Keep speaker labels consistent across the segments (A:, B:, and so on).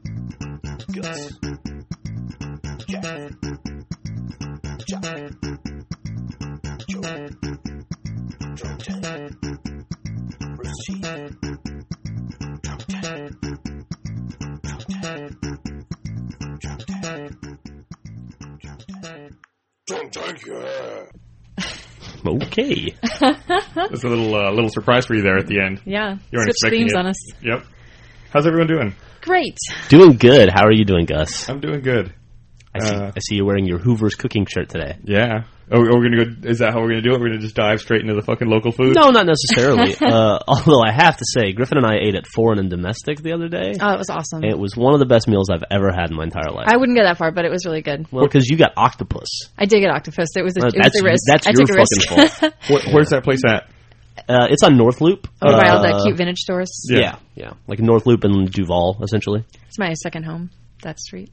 A: Gus. Jack. Jack. Joe. Jordan. Richie. Jordan. Jordan. Jordan. Jordan. Jordan, yeah.
B: Okay.
C: There's a little uh, little surprise for you there at the end.
D: Yeah.
C: You weren't
D: Switch
C: expecting
D: themes
C: it.
D: on us.
C: Yep. How's everyone doing?
D: Great.
B: Doing good. How are you doing, Gus?
C: I'm doing good.
B: I see,
C: Uh,
B: I see you wearing your Hoover's cooking shirt today.
C: Yeah. Oh, we're gonna go. Is that how we're gonna do it? We're gonna just dive straight into the fucking local food.
B: No, not necessarily. uh, although I have to say, Griffin and I ate at Foreign and Domestic the other day.
D: Oh, it was awesome.
B: It was one of the best meals I've ever had in my entire life.
D: I wouldn't go that far, but it was really good.
B: well, because you got octopus.
D: I did get octopus. It was a,
B: Uh,
D: it was
B: that's
D: a risk.
B: that's
D: I
B: your
D: took a
B: fucking
D: risk.
B: fault.
C: Wh- Where's that place at?
B: Uh, it's on North Loop.
D: Over by all
B: Uh,
D: the cute vintage stores.
B: Yeah. yeah, like North Loop and Duval, essentially.
D: It's my second home. That street.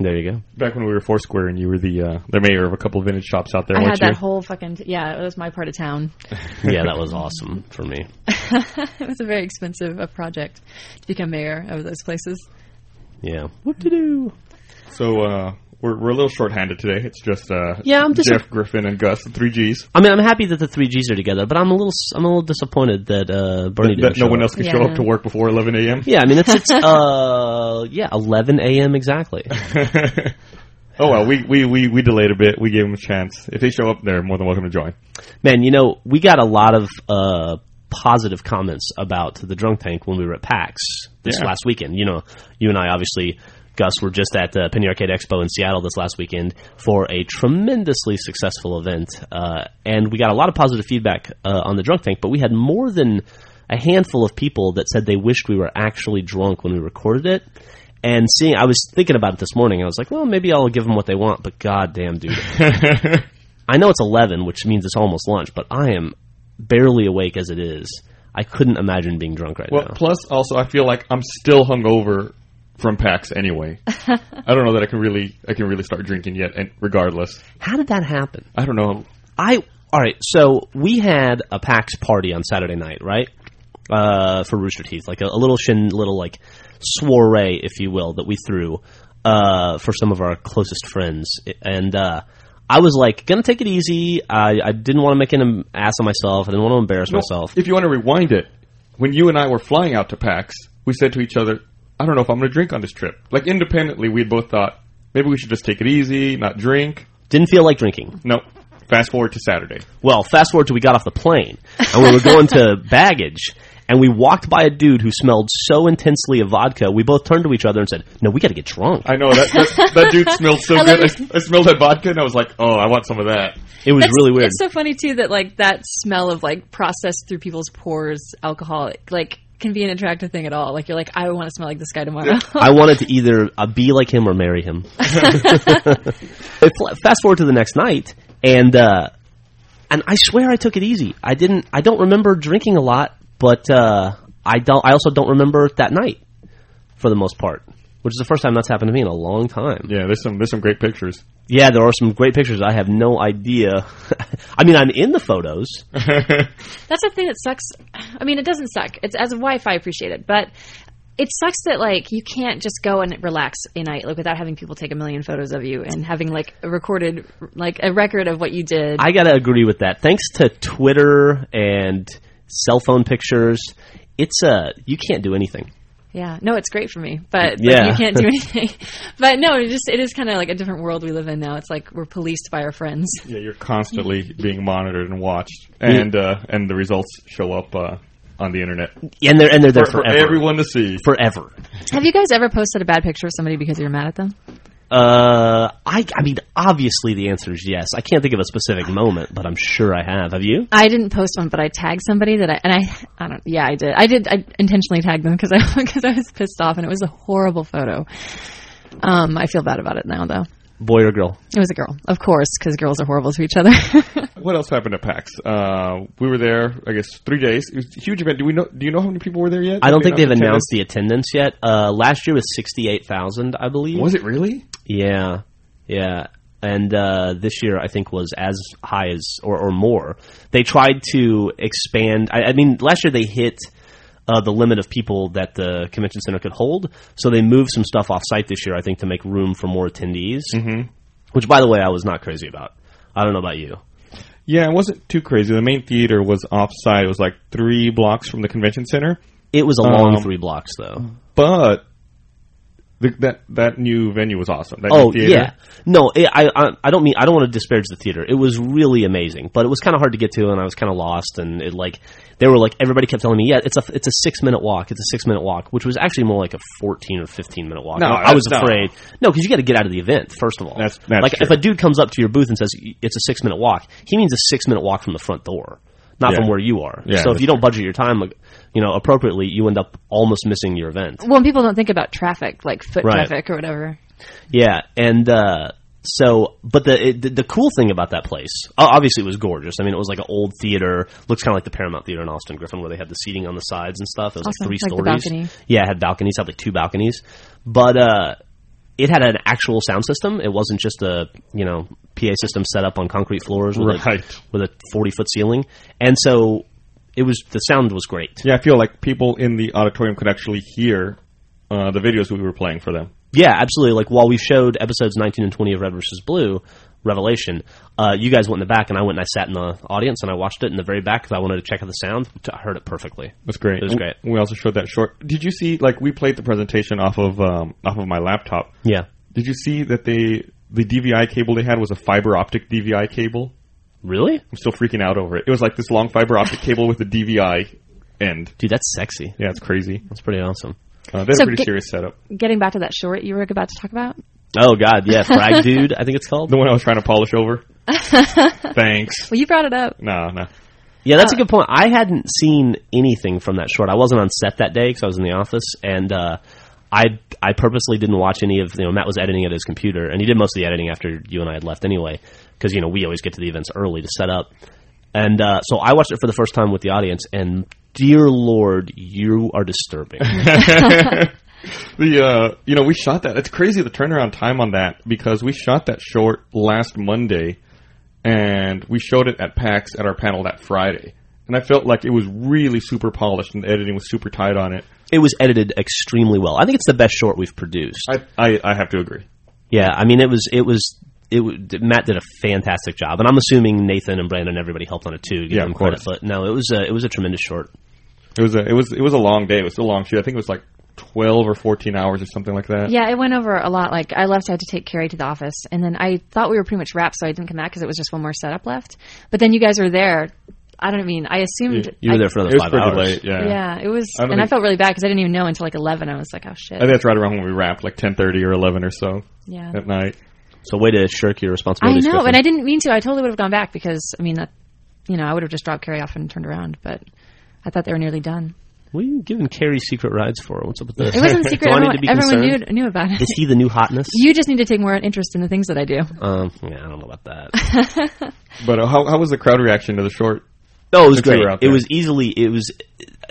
B: There you go.
C: Back when we were Foursquare and you were the uh, the mayor of a couple of vintage shops out there.
D: I had
C: weren't
D: that
C: you?
D: whole fucking yeah. It was my part of town.
B: Yeah, that was awesome for me.
D: it was a very expensive uh project to become mayor of those places.
B: Yeah. Whoop de doo.
C: So uh, we're we're a little shorthanded today. It's just uh,
B: Yeah, I'm just-
C: Jeff Griffin and Gus, the three Gs.
B: I mean, I'm happy that the three Gs are together, but I'm a little s- I'm a little disappointed that uh, Bernie didn't
C: That
B: show
C: no one
B: up.
C: else could show
D: Yeah.
C: up to work before 11 a.m.
B: Yeah, I mean it's it's uh yeah 11 a.m. exactly.
C: Oh well, we, we, we, we delayed a bit. We gave them a chance. If they show up, they're more than welcome to join.
B: Man, you know we got a lot of uh positive comments about the drunk tank when we were at PAX this
C: Yeah.
B: last weekend. You know, you and I obviously. Gus were just at the Penny Arcade Expo in Seattle this last weekend for a tremendously successful event, uh, and we got a lot of positive feedback uh, on the drunk tank. But we had more than a handful of people that said they wished we were actually drunk when we recorded it. And seeing, I was thinking about it this morning. I was like, well, maybe I'll give them what they want. But goddamn, dude, I know it's 11, which means it's almost lunch, but I am barely awake as it is. I couldn't imagine being drunk right
C: Well,
B: now.
C: plus also I feel like I'm still hungover from PAX anyway. I don't know that I can really I can really start drinking yet. And regardless,
B: How did that happen?
C: I don't know.
B: I all right. So we had a PAX party on Saturday night, right? Uh, for Rooster Teeth, like a, a little shin, little like soiree, if you will, that we threw uh, for some of our closest friends. And uh, I was like, gonna take it easy. I, I didn't want to make an ass of myself. I didn't want to embarrass myself.
C: If you want to rewind it, when you and I were flying out to PAX, we said to each other, "I don't know if I'm going to drink on this trip." Like independently, we had both thought maybe we should just take it easy, not drink.
B: Didn't feel like drinking.
C: No. Fast forward to Saturday.
B: Well, fast forward to we got off the plane and we were going to baggage and we walked by a dude who smelled so intensely of vodka. We both turned to each other and said, "No, we got to get drunk."
C: I know that that, that dude smelled so
D: I
C: good.
D: love
C: I, I smelled that vodka and I was like, "Oh, I want some of that."
B: It was
D: That's-
B: really weird.
D: It's so funny too that like that smell of like processed through people's pores alcohol like can be an attractive thing at all. Like you're like I want to smell like this guy tomorrow.
B: I wanted to either uh, be like him or marry him. But fl- Fast forward to the next night, and uh, and I swear I took it easy. I didn't. I don't remember drinking a lot, but uh, I don't. I also don't remember that night for the most part, which is the first time that's happened to me in a long time.
C: Yeah, there's some there's some great pictures.
B: Yeah, there are some great pictures. I have no idea. I mean, I'm in the photos.
D: That's the thing that sucks. I mean, it doesn't suck. It's as a wife, I appreciate it, but it sucks that like you can't just go and relax a night like without having people take a million photos of you and having like a recorded like a record of what you did.
B: I gotta agree with that. Thanks to Twitter and cell phone pictures, it's uh, you can't do anything.
D: yeah, no, it's great for me, but
B: Yeah.
D: like, you can't do anything. but no, it just it is kind of like a different world we live in now. It's like we're policed by our friends.
C: Yeah, you're constantly being monitored and watched, and uh, and the results show up uh, on the internet
B: And they're and they're there
C: for, for
B: forever.
C: everyone to see.
B: Forever.
D: Have you guys ever posted a bad picture of somebody because you're mad at them?
B: Uh, I I mean, obviously the answer is yes. I can't think of a specific moment, but I'm sure I have. Have you?
D: I didn't post one, but I tagged somebody that I and I I don't yeah I did I did I intentionally tagged them because I because I was pissed off and it was a horrible photo. Um, I feel bad about it now though.
B: Boy or girl?
D: It was a girl, of course, because girls are horrible to each other.
C: What else happened at PAX? Uh, we were there, I guess, three days. It was a huge event. Do we know? Do you know how many people were there yet?
B: I don't
C: Did
B: think
C: they
B: they've announced the attendance yet. Uh, last year was sixty eight thousand, I believe.
C: Was it really?
B: Yeah, yeah. And uh, this year, I think was as high as or, or more. They tried to expand. I, I mean, last year they hit uh, the limit of people that the convention center could hold. So they moved some stuff off site this year, I think, to make room for more attendees. Mm-hmm. Which, by the way, I was not crazy about. I don't know about you.
C: Yeah, it wasn't too crazy. The main theater was offsite. It was like three blocks from the convention center,
B: It was a long
C: Um,
B: three blocks, though.
C: but the, that that new venue was awesome. That
B: Oh
C: new theater.
B: yeah, no, it, I, I I don't mean I don't want to disparage the theater. It was really amazing, but it was kind of hard to get to, and I was kind of lost. And it like they were like everybody kept telling me, yeah, it's a it's a six minute walk, it's a six minute walk, which was actually more like a fourteen or fifteen minute walk.
C: No,
B: And I was
C: that's- no.
B: afraid, no, because you got to get out of the event first of all.
C: That's- that's
B: like
C: true.
B: if a dude comes up to your booth and says it's a six minute walk, he means a six minute walk from the front door. Not
C: Yeah.
B: from where you are.
C: Yeah,
B: so if
C: that's
B: you don't budget your time, like, you know, appropriately, you end up almost missing your event.
D: Well, and people don't think about traffic, like foot
B: Right.
D: traffic or whatever.
B: Yeah, and uh, so, but the, it, the the cool thing about that place, o- obviously, it was gorgeous. I mean, it was like an old theater, looks kind of like the Paramount Theater in Austin Griffin, where they had the seating on the sides and stuff. It was
D: Awesome,
B: like three
D: like the
B: stories.
D: balcony.
B: Yeah, it had balconies, had like two balconies, but uh, it had an actual sound system. It wasn't just a you know PA system set up on concrete floors with
C: Right.
B: a, with a forty foot ceiling, and so it was the sound was great.
C: Yeah, I feel like people in the auditorium could actually hear uh, the videos we were playing for them.
B: Yeah, absolutely. Like while we showed episodes 19 and 20 of Red versus Blue Revelation, uh, you guys went in the back, and I went and I sat in the audience and I watched it in the very back because I wanted to check out the sound. I heard it perfectly.
C: That's great.
B: It was great.
C: We also showed that short. Did you see? Like, we played the presentation off of um, off of my laptop.
B: Yeah,
C: Did you see that they the DVI cable they had was a fiber optic DVI cable?
B: really,
C: I'm still freaking out over it. It was like this long fiber optic cable with a DVI end.
B: dude, that's sexy.
C: Yeah, it's crazy.
B: That's pretty awesome.
C: Uh, they had
D: So
C: a pretty
D: get-
C: serious setup.
D: Getting back to that short you were about to talk about,
B: Oh God, yeah, frag dude, I think it's called.
C: The one I was trying to polish over. Thanks.
D: well, you brought it up.
C: No, no.
B: Yeah, that's a good point. I hadn't seen anything from that short. I wasn't on set that day because I was in the office, and uh, I I purposely didn't watch any of. You know, Matt was editing at his computer, and he did most of the editing after you and I had left anyway, because you know we always get to the events early to set up. And uh, so I watched it for the first time with the audience, and dear Lord, you are disturbing.
C: The uh, you know, we shot that. It's crazy the turnaround time on that because we shot that short last Monday, and we showed it at PAX at our panel that Friday. And I felt like it was really super polished, and the editing was super tight on it.
B: it was edited extremely well. I think it's the best short we've produced.
C: I I, I have to agree.
B: Yeah, I mean, it was it was it. wa- Matt did a fantastic job, and I'm assuming Nathan and Brandon and everybody helped on it too. to Give
C: Yeah,
B: them
C: of course.
B: credit, but no, it was a, it was a tremendous short.
C: It was a it was it was a long day. It was a long shoot. I think it was like twelve or fourteen hours or something like that.
D: Yeah, it went over a lot. Like I left, I had to take Carrie to the office, and then I thought we were pretty much wrapped, so I didn't come back because it was just one more setup left. But then you guys were there. I don't mean I assumed
B: You were
D: I-
B: there for
C: It
B: another
C: was
B: five
C: pretty
B: hours.
C: late. Yeah.
D: Yeah, it was,
C: I
D: and
C: don't
D: I
C: think-
D: felt really bad because I didn't even know until like eleven. I was like, oh
C: I
D: shit.
C: think that's right around when we wrapped, like ten thirty or eleven or so
D: Yeah.
C: at night.
B: So way to shirk your
D: I
B: responsibilities.
D: know,
B: Griffin.
D: and I didn't mean to. I totally would have gone back because I mean that, you know, I would have just dropped Carrie off and turned around. But I thought they were nearly done.
B: what are you giving Carrie secret rides for? What's up with this?
D: It wasn't a secret.
B: Do I
D: everyone
B: need to be
D: everyone
B: concerned?
D: knew, knew about it.
B: Is he the new hotness?
D: You just need to take more interest in the things that I do.
B: Um, yeah, I don't know about that.
C: But uh, how how was the crowd reaction to the short?
B: No, it was
C: Since we
B: great.
C: were out
B: It
C: there.
B: was easily. It was.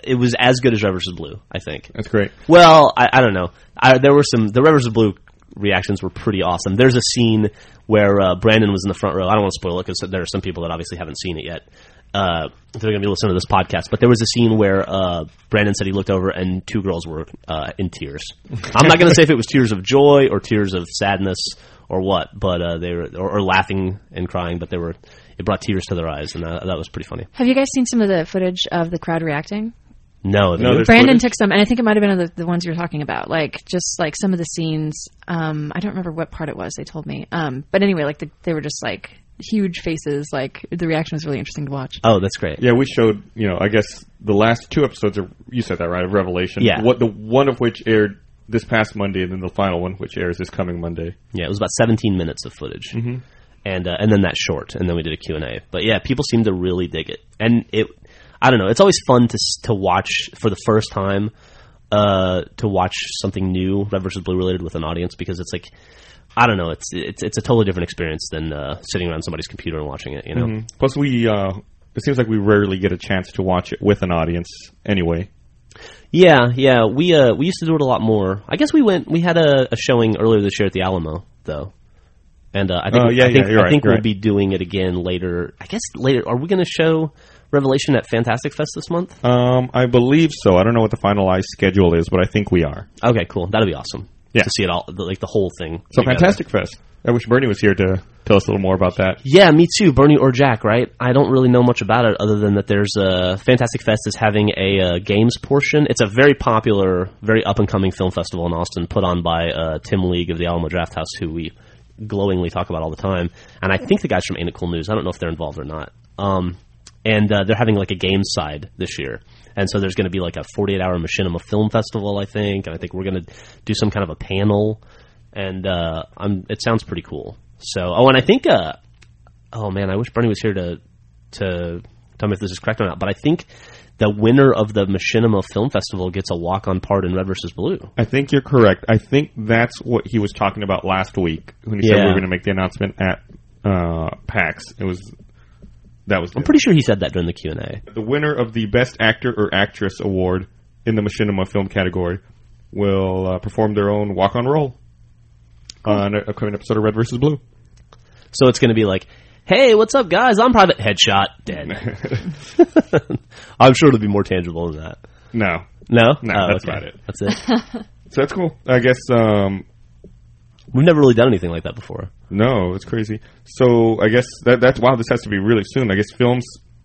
B: It was as good as Red vs. Blue. I think.
C: That's great.
B: Well, I, I don't know. I, there were some the Red vs. Blue reactions were pretty awesome. There's a scene where uh, Brandon was in the front row. I don't want to spoil it because there are some people that obviously haven't seen it yet. Uh, they're going to be listening to this podcast, but there was a scene where uh, Brandon said he looked over and two girls were uh, in tears. I'm not going to say if it was tears of joy or tears of sadness or what, but uh, they were or, or laughing and crying, but they were it brought tears to their eyes, and uh, that was pretty funny.
D: Have you guys seen some of the footage of the crowd reacting?
B: No,
C: No, there's
D: Brandon
C: footage.
D: took some, and I think it might have been of the, the ones you were talking about, like just like some of the scenes. Um, I don't remember what part it was. They told me, um, but anyway, like the, they were just like huge faces. Like the reaction was really interesting to watch.
B: oh, that's great.
C: Yeah, we showed, you know, I guess the last two episodes are you said that right of Revelation.
B: Yeah.
C: What the one of which aired this past Monday, and then the final one which airs this coming Monday.
B: Yeah, it was about 17 minutes of footage, and uh, and then that short, and then we did a Q and A. But yeah, people seem to really dig it, and it. I don't know. It's always fun to s- to watch for the first time, uh, to watch something new, Red versus Blue related, with an audience because it's like, I don't know. It's it's it's a totally different experience than uh, sitting around somebody's computer and watching it. You know.
C: Plus, we uh, it seems like we rarely get a chance to watch it with an audience. Anyway,
B: Yeah, yeah. We uh we used to do it a lot more. I guess we went. We had a, a showing earlier this year at the Alamo though, and uh, I think
C: Oh, yeah,
B: I think,
C: yeah, you're
B: I
C: right,
B: think
C: you're
B: we'll
C: right.
B: be doing it again later. I guess later. Are we going to show Revelation at Fantastic Fest this month?
C: Um, I believe so. I don't know what the finalized schedule is, but I think we are.
B: Okay, cool. That'll be awesome.
C: Yeah.
B: To see it all, the- like the whole thing.
C: So
B: together.
C: Fantastic Fest. I wish Bernie was here to tell us a little more about that.
B: Yeah, me too. Bernie or Jack, right? I don't really know much about it other than that there's a Fantastic Fest is having a uh, games portion. It's a very popular, very up and coming film festival in Austin, put on by uh, Tim League of the Alamo Draft House, who we glowingly talk about all the time. And I think the guys from Ain't It Cool News. I don't know if they're involved or not. Um, and uh, they're having like a game side this year. And so there's going to be like a 48 hour machinima film festival, I think. And I think we're going to do some kind of a panel. And uh, I'm, it sounds pretty cool. So, oh, and I think uh, oh man, I wish Bernie was here to to tell me if this is correct or not. But I think the winner of the Machinima Film Festival gets a walk on part in Red versus Blue.
C: I think you're correct. I think that's what he was talking about last week when he said
B: Yeah.
C: we were going to make the announcement at uh, PAX. It was that was
B: I'm pretty sure he said that during the Q and A.
C: the winner of the Best Actor or Actress award in the Machinima film category will uh, perform their own walk on role on an upcoming episode of Red versus Blue.
B: So it's going to be like, hey, what's up, guys? I'm Private Headshot. Dead. I'm sure it'll be more tangible than that.
C: no,
B: No,
C: No,
B: Oh,
C: that's
B: okay.
C: about it.
B: That's it.
C: so that's cool. I guess um,
B: We've never really done anything like that before.
C: No, it's crazy. So I guess that, that's wow. This has to be really soon. I guess films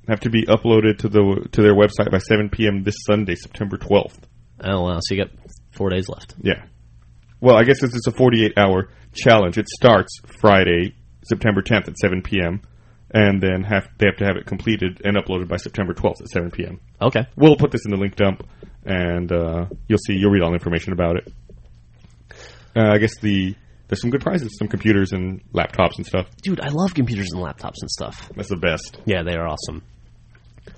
C: have to be uploaded to the to their website by 7 p.m. this Sunday, September 12th.
B: Oh wow! So you got four days left.
C: Yeah. Well, I guess since it's a 48 hour challenge, it starts Friday, September 10th at 7 p.m. And then have they have to have it completed and uploaded by September 12th at 7 p.m.
B: Okay.
C: We'll put this in the link dump, and uh, you'll see. You'll read all the information about it. Uh, I guess the there's some good prizes, some computers and laptops and stuff.
B: Dude, I love computers and laptops and stuff.
C: That's the best.
B: Yeah, they are awesome.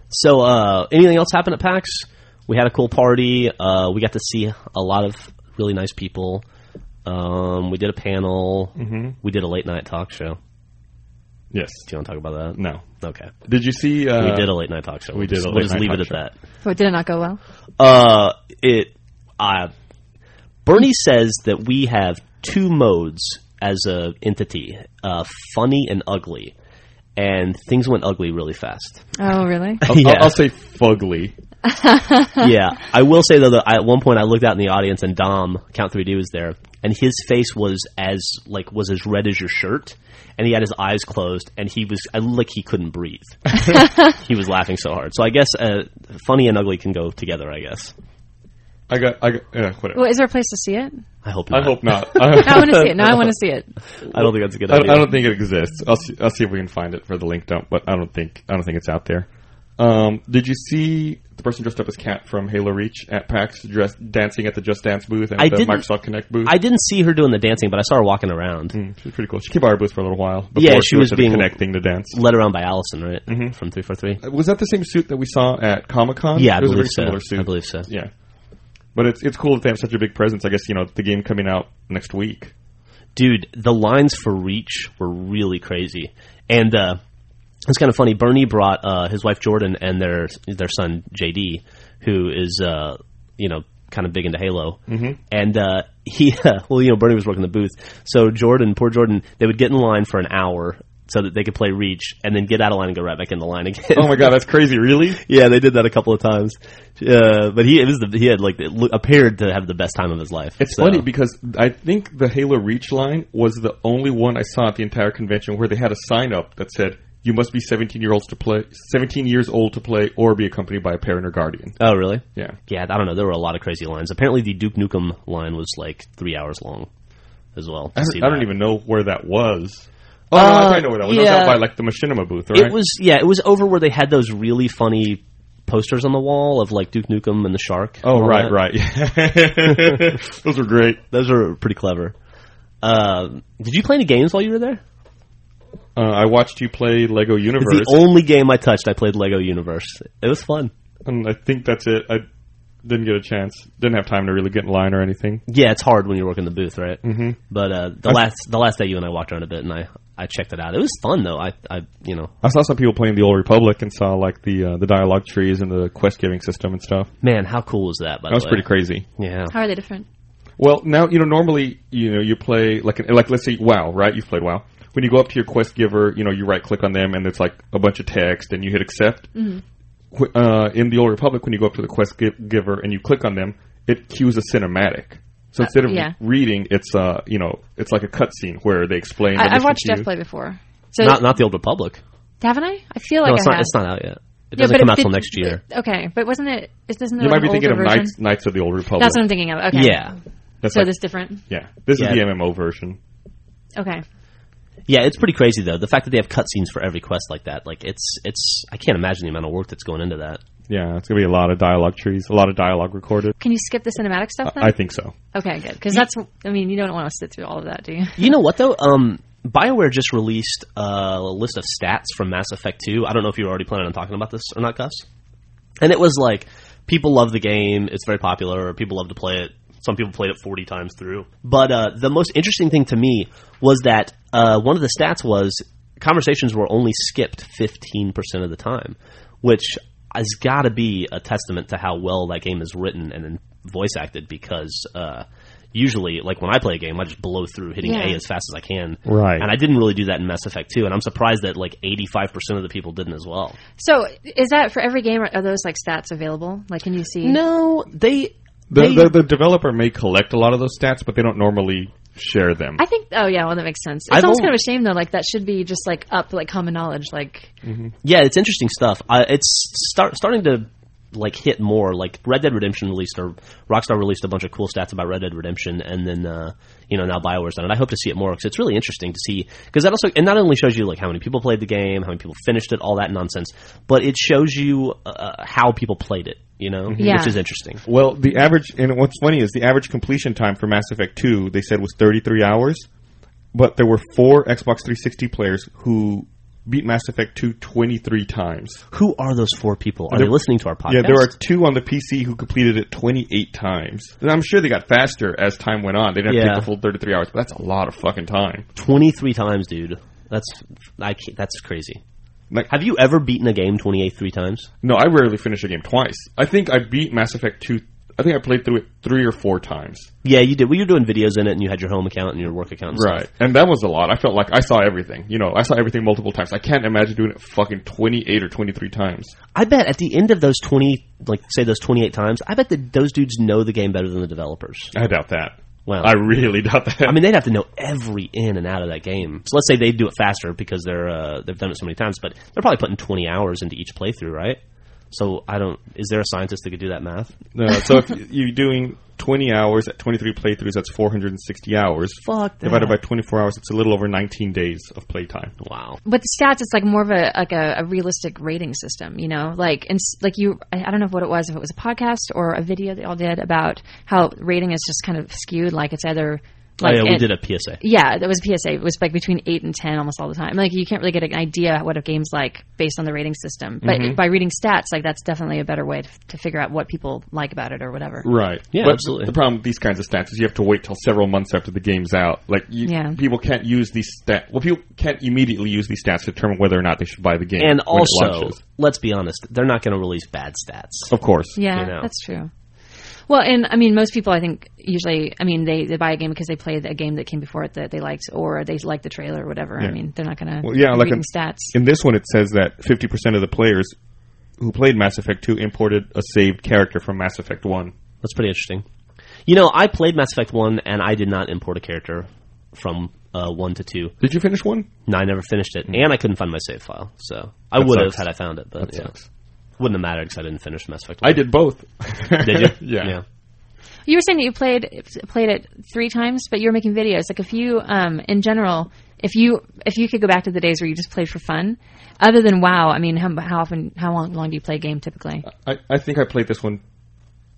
B: So, uh, anything else happened at PAX? We had a cool party. Uh, we got to see a lot of really nice people. Um, we did a panel. Mm-hmm. We did a late night talk show.
C: Yes.
B: Do you want to talk about that?
C: No.
B: Okay.
C: Did you see? Uh,
B: We did a late night talk show.
C: we
B: We'll
C: did
B: just-
C: a
B: We'll just
C: late-night
B: leave it
C: talk
B: at
C: show.
B: that.
D: So it did not go well.
B: Uh, it. I. Bernie says that we have two modes as a entity: uh, funny and ugly. And things went ugly really fast.
D: Oh, really?
C: I'll,
B: Yeah.
C: I'll, I'll say fugly.
B: yeah, I will say though that I, at one point I looked out in the audience and Dom Count 3D was there, and his face was as like was as red as your shirt, and he had his eyes closed, and he was I looked like he couldn't breathe. he was laughing so hard. So I guess uh, funny and ugly can go together. I guess.
C: I got. I got. Uh, whatever.
D: Well, is there a place to see it?
B: I hope
C: I
B: not.
C: hope not. I,
D: I want to see it. No, I want to see it.
B: I don't think that's a good
C: I,
B: idea.
C: I don't think it exists. I'll see, I'll see if we can find it for the link dump, but I don't think I don't think it's out there. Um, did you see the person dressed up as Cat from Halo Reach at PAX dressed dancing at the Just Dance booth and
B: I
C: at the
B: didn't-
C: Microsoft Connect booth?
B: I didn't see her doing the dancing, but I saw her walking around,
C: Mm, she was pretty cool. She came by our booth for a little while. Before
B: Yeah, she
C: went
B: was
C: to the
B: being-
C: Connect thing to dance.
B: led around by Allison, right,
C: Mm-hmm.
B: from three four three.
C: Was that the same suit that we saw at Comic Con?
B: Yeah, I
C: it was
B: believe
C: a
B: so.
C: very similar suit.
B: I believe so.
C: Yeah, but it's it's cool that they have such a big presence. I guess you know the game coming out next week.
B: dude, the lines for Reach were really crazy, and uh, it's kind of funny. Bernie brought uh, his wife Jordan and their their son JD, who is uh, you know kind of big into Halo, mm-hmm. and uh, he well you know Bernie was working the booth, so Jordan, poor Jordan, they would get in line for an hour. So that they could play Reach and then get out of line and go right back in the line again.
C: Oh my god, that's crazy! Really?
B: yeah, they did that a couple of times. Uh, but he it was the, he had like it lo- appeared to have the best time of his life.
C: It's
B: So-
C: funny because I think the Halo Reach line was the only one I saw at the entire convention where they had a sign up that said, "You must be 17 year olds to play, 17 years old to play, or be accompanied by a parent or guardian."
B: Oh really?
C: Yeah,
B: yeah, I don't know. There were a lot of crazy lines. Apparently, the Duke Nukem line was like three hours long as well.
C: I
B: See
C: don't, I don't
B: that. Uh,
C: even know where that was. Oh, no, I think I know where that was. That
B: yeah.
C: was out by like the Machinima booth, right?
B: It was yeah, it was over where they had those really funny posters on the wall of like Duke Nukem and the shark. and
C: Oh,
B: all
C: right,
B: that.
C: right. Those were great.
B: Those are pretty clever. Uh, did you play any games while you were there?
C: Uh, I watched you play Lego Universe.
B: It's the only game I touched. I played Lego Universe. It was fun.
C: and I think that's it. I didn't get a chance. Didn't have time to really get in line or anything.
B: Yeah, it's hard when you're working the booth, right? Mm-hmm. But uh, the last the last day you and I walked around a bit, and I, I checked it out. It was fun though. I I you know
C: I saw some people playing the Old Republic and saw like the uh, the dialogue trees and the quest giving system and stuff.
B: man, how cool was that? By
C: That was
B: the way,
C: pretty crazy.
B: Yeah,
D: How are they different?
C: Well, now you know normally you know you play like an, like let's say WoW, right? You've played WoW.
D: Mm-hmm.
C: When you go up to your quest giver, you know you right click on them and it's like a bunch of text and you hit accept. qu- uh, in the Old Republic when you go up to the quest gi- giver and you click on them, it cues a cinematic. So instead of
D: Uh, yeah.
C: reading, it's uh, you know, it's like a cutscene where they explain. the
D: I, I've
C: different
D: watched
C: cues.
D: Jeff play before. So
B: not not the Old Republic.
D: haven't I? I feel like
B: no, it's
D: I
B: not.
D: have.
B: It's not out yet. It
D: Yeah,
B: doesn't
D: but
B: come
D: it-
B: out till
D: it-
B: next year.
D: Okay, but wasn't it? Is this
C: You might be thinking of
D: version?
C: Knights, Knights of the Old Republic.
D: That's what I'm thinking of. Okay,
B: Yeah,
C: That's
D: So
C: like-
D: this different.
C: yeah, this
B: Yeah.
C: is the MMO version.
D: Okay,
B: yeah. It's pretty crazy though. The fact that they have cutscenes for every quest like that, like it's it's. I can't imagine the amount of work that's going into that.
C: Yeah, it's gonna be a lot of dialogue trees, a lot of dialogue recorded.
D: can you skip the cinematic
B: Uh,
D: stuff then?
C: I I think so.
D: okay, good. Because that's. I mean, you don't want to sit through all of that, do you?
B: You know what though? Um, Bioware just released uh, a list of stats from Mass Effect Two. I don't know if you were already planning on talking about this or not, Gus. And it was like people love the game; it's very popular. People love to play it. Some people played it forty times through. But uh, the most interesting thing to me was that uh, one of the stats was conversations were only skipped fifteen percent of the time, which has got to be a testament to how well that game is written and then voice acted. Because uh, usually, like when I play a game, I just blow through hitting
D: Yeah.
B: A as fast as I can.
C: Right.
B: And I didn't really do that in Mass Effect 2, and I'm surprised that like 85% of the people didn't as well.
D: So is that for every game? Or are those like stats available? Like, can you see?
B: No, they.
C: The,
B: they
C: the, the developer may collect a lot of those stats, but they don't normally share them.
D: I think. Oh yeah, well that makes sense. It's
B: I've
D: almost
B: only-
D: kind of a shame though. Like that should be just like up, like common knowledge. Like
B: yeah, it's interesting stuff. Uh, it's start starting to like hit more. Like Red Dead Redemption released or Rockstar released a bunch of cool stats about Red Dead Redemption, and then uh, you know now Bioware's done it. I hope to see it more because it's really interesting to see because that also it not only shows you like how many people played the game, how many people finished it, all that nonsense, but it shows you uh, how people played it. You know,
D: Yeah.
B: which is interesting.
C: Well, the average, and what's funny is the average completion time for Mass Effect 2, they said was 33 hours, but there were four Xbox 360 players who beat Mass Effect 2 23 times.
B: Who are those four people? Are
C: There-
B: they listening to our podcast?
C: Yeah, there are two on the PC who completed it 28 times. And I'm sure they got faster as time went on. They didn't have to
B: Yeah.
C: take the full 33 hours, but that's a lot of fucking time.
B: 23 times, dude. That's I can't- that's crazy.
C: Like,
B: Have you ever beaten a game 28 three times?
C: no, I rarely finish a game twice. I think I beat Mass Effect 2, I think I played through it three or four times.
B: Yeah, you did. Well, you were doing videos in it, and you had your home account and your work account. And stuff.
C: Right. And that was a lot. I felt like I saw everything. You know, I saw everything multiple times. I can't imagine doing it fucking 28 or 23 times.
B: I bet at the end of those 20, like say those 28 times, I bet that those dudes know the game better than the developers.
C: I doubt that.
B: Wow.
C: I really doubt that.
B: I mean, they'd have to know every in and out of that game. So let's say they do it faster because they're uh, they've done it so many times, but they're probably putting 20 hours into each playthrough, right? So I don't. Is there a scientist that could do that math? Oh,
C: No, so if you're doing 20 hours at 23 playthroughs, that's 460 hours.
B: Fuck that.
C: Divided by 24 hours, it's a little over 19 days of playtime.
B: Wow.
D: with the stats, it's like more of a like a, a realistic rating system, you know. Like and s- like you, I I don't know what it was, if it was a podcast or a video they all did about how rating is just kind of skewed. Like it's either like
B: oh, yeah, we
D: it-
B: did a PSA.
D: yeah, that was PSA. It was like between eight and ten almost all the time. Like you can't really get an idea what a game's like based on the rating system, but
B: Mm-hmm.
D: by reading stats, like that's definitely a better way to, to figure out what people like about it or whatever.
C: Right.
B: Yeah,
C: but
B: absolutely.
C: The problem with these kinds of stats is you have to wait till several months after the game's out. Like, you,
D: Yeah.
C: people can't use these stats. Well, people can't immediately use these stats to determine whether or not they should buy the game.
B: And
C: when it
B: also,
C: launches.
B: let's be honest, they're not going to release bad stats.
C: of course.
D: Yeah,
B: you know.
D: that's true. Well, and I mean, most people, I think, usually, I mean, they, they buy a game because they played a game that came before it that they liked, or they liked the trailer or whatever. I mean, they're not going to
C: Well, yeah, like
D: reading
C: a-
D: stats.
C: In this one, it says that 50% of the players who played Mass Effect 2 imported a saved character from Mass Effect 1.
B: That's pretty interesting. You know, I played Mass Effect 1 and I did not import a character from uh, 1 to 2.
C: Did you finish one?
B: No, I never finished it. And I couldn't find my save file. So I would have
C: sucks.
B: had I found it, but
C: That
B: yeah.
C: sucks.
B: Wouldn't have mattered because I didn't finish Mass Effect 1.
C: I did both.
B: Did you?
C: yeah.
D: You were saying that you played played it three times, but you were making videos. Like, if you, um, in general, if you if you could go back to the days where you just played for fun, other than WoW, I mean, how, how often, how long, long do you play a game typically?
C: I, I think I played this one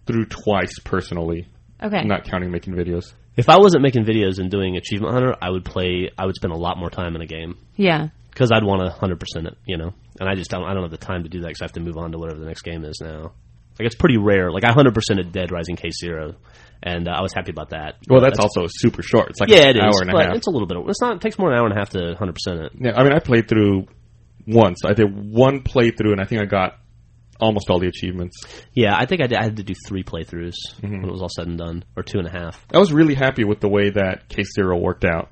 C: through twice personally,
D: Okay,
C: not counting making videos.
B: If I wasn't making videos and doing Achievement Hunter, I would play, I would spend a lot more time in a game.
D: yeah,
B: Because I'd want to 100% it, you know? And I just don't, I don't have the time to do that because I have to move on to whatever the next game is now. Like, it's pretty rare. Like, I 100%ed Dead Rising K Zero, and uh, I was happy about that.
C: Well, that's, also super short. It's like
B: Yeah,
C: an
B: it is,
C: hour and a
B: but
C: half.
B: it's a little bit. It's not. It takes more than an hour and a half to 100 percent it.
C: Yeah, I mean, I played through once. I did one playthrough, and I think I got almost all the achievements.
B: Yeah, I think I, did, I had to do three playthroughs when it was all said and done, or two and a half.
C: I was really happy with the way that Case Zero worked out.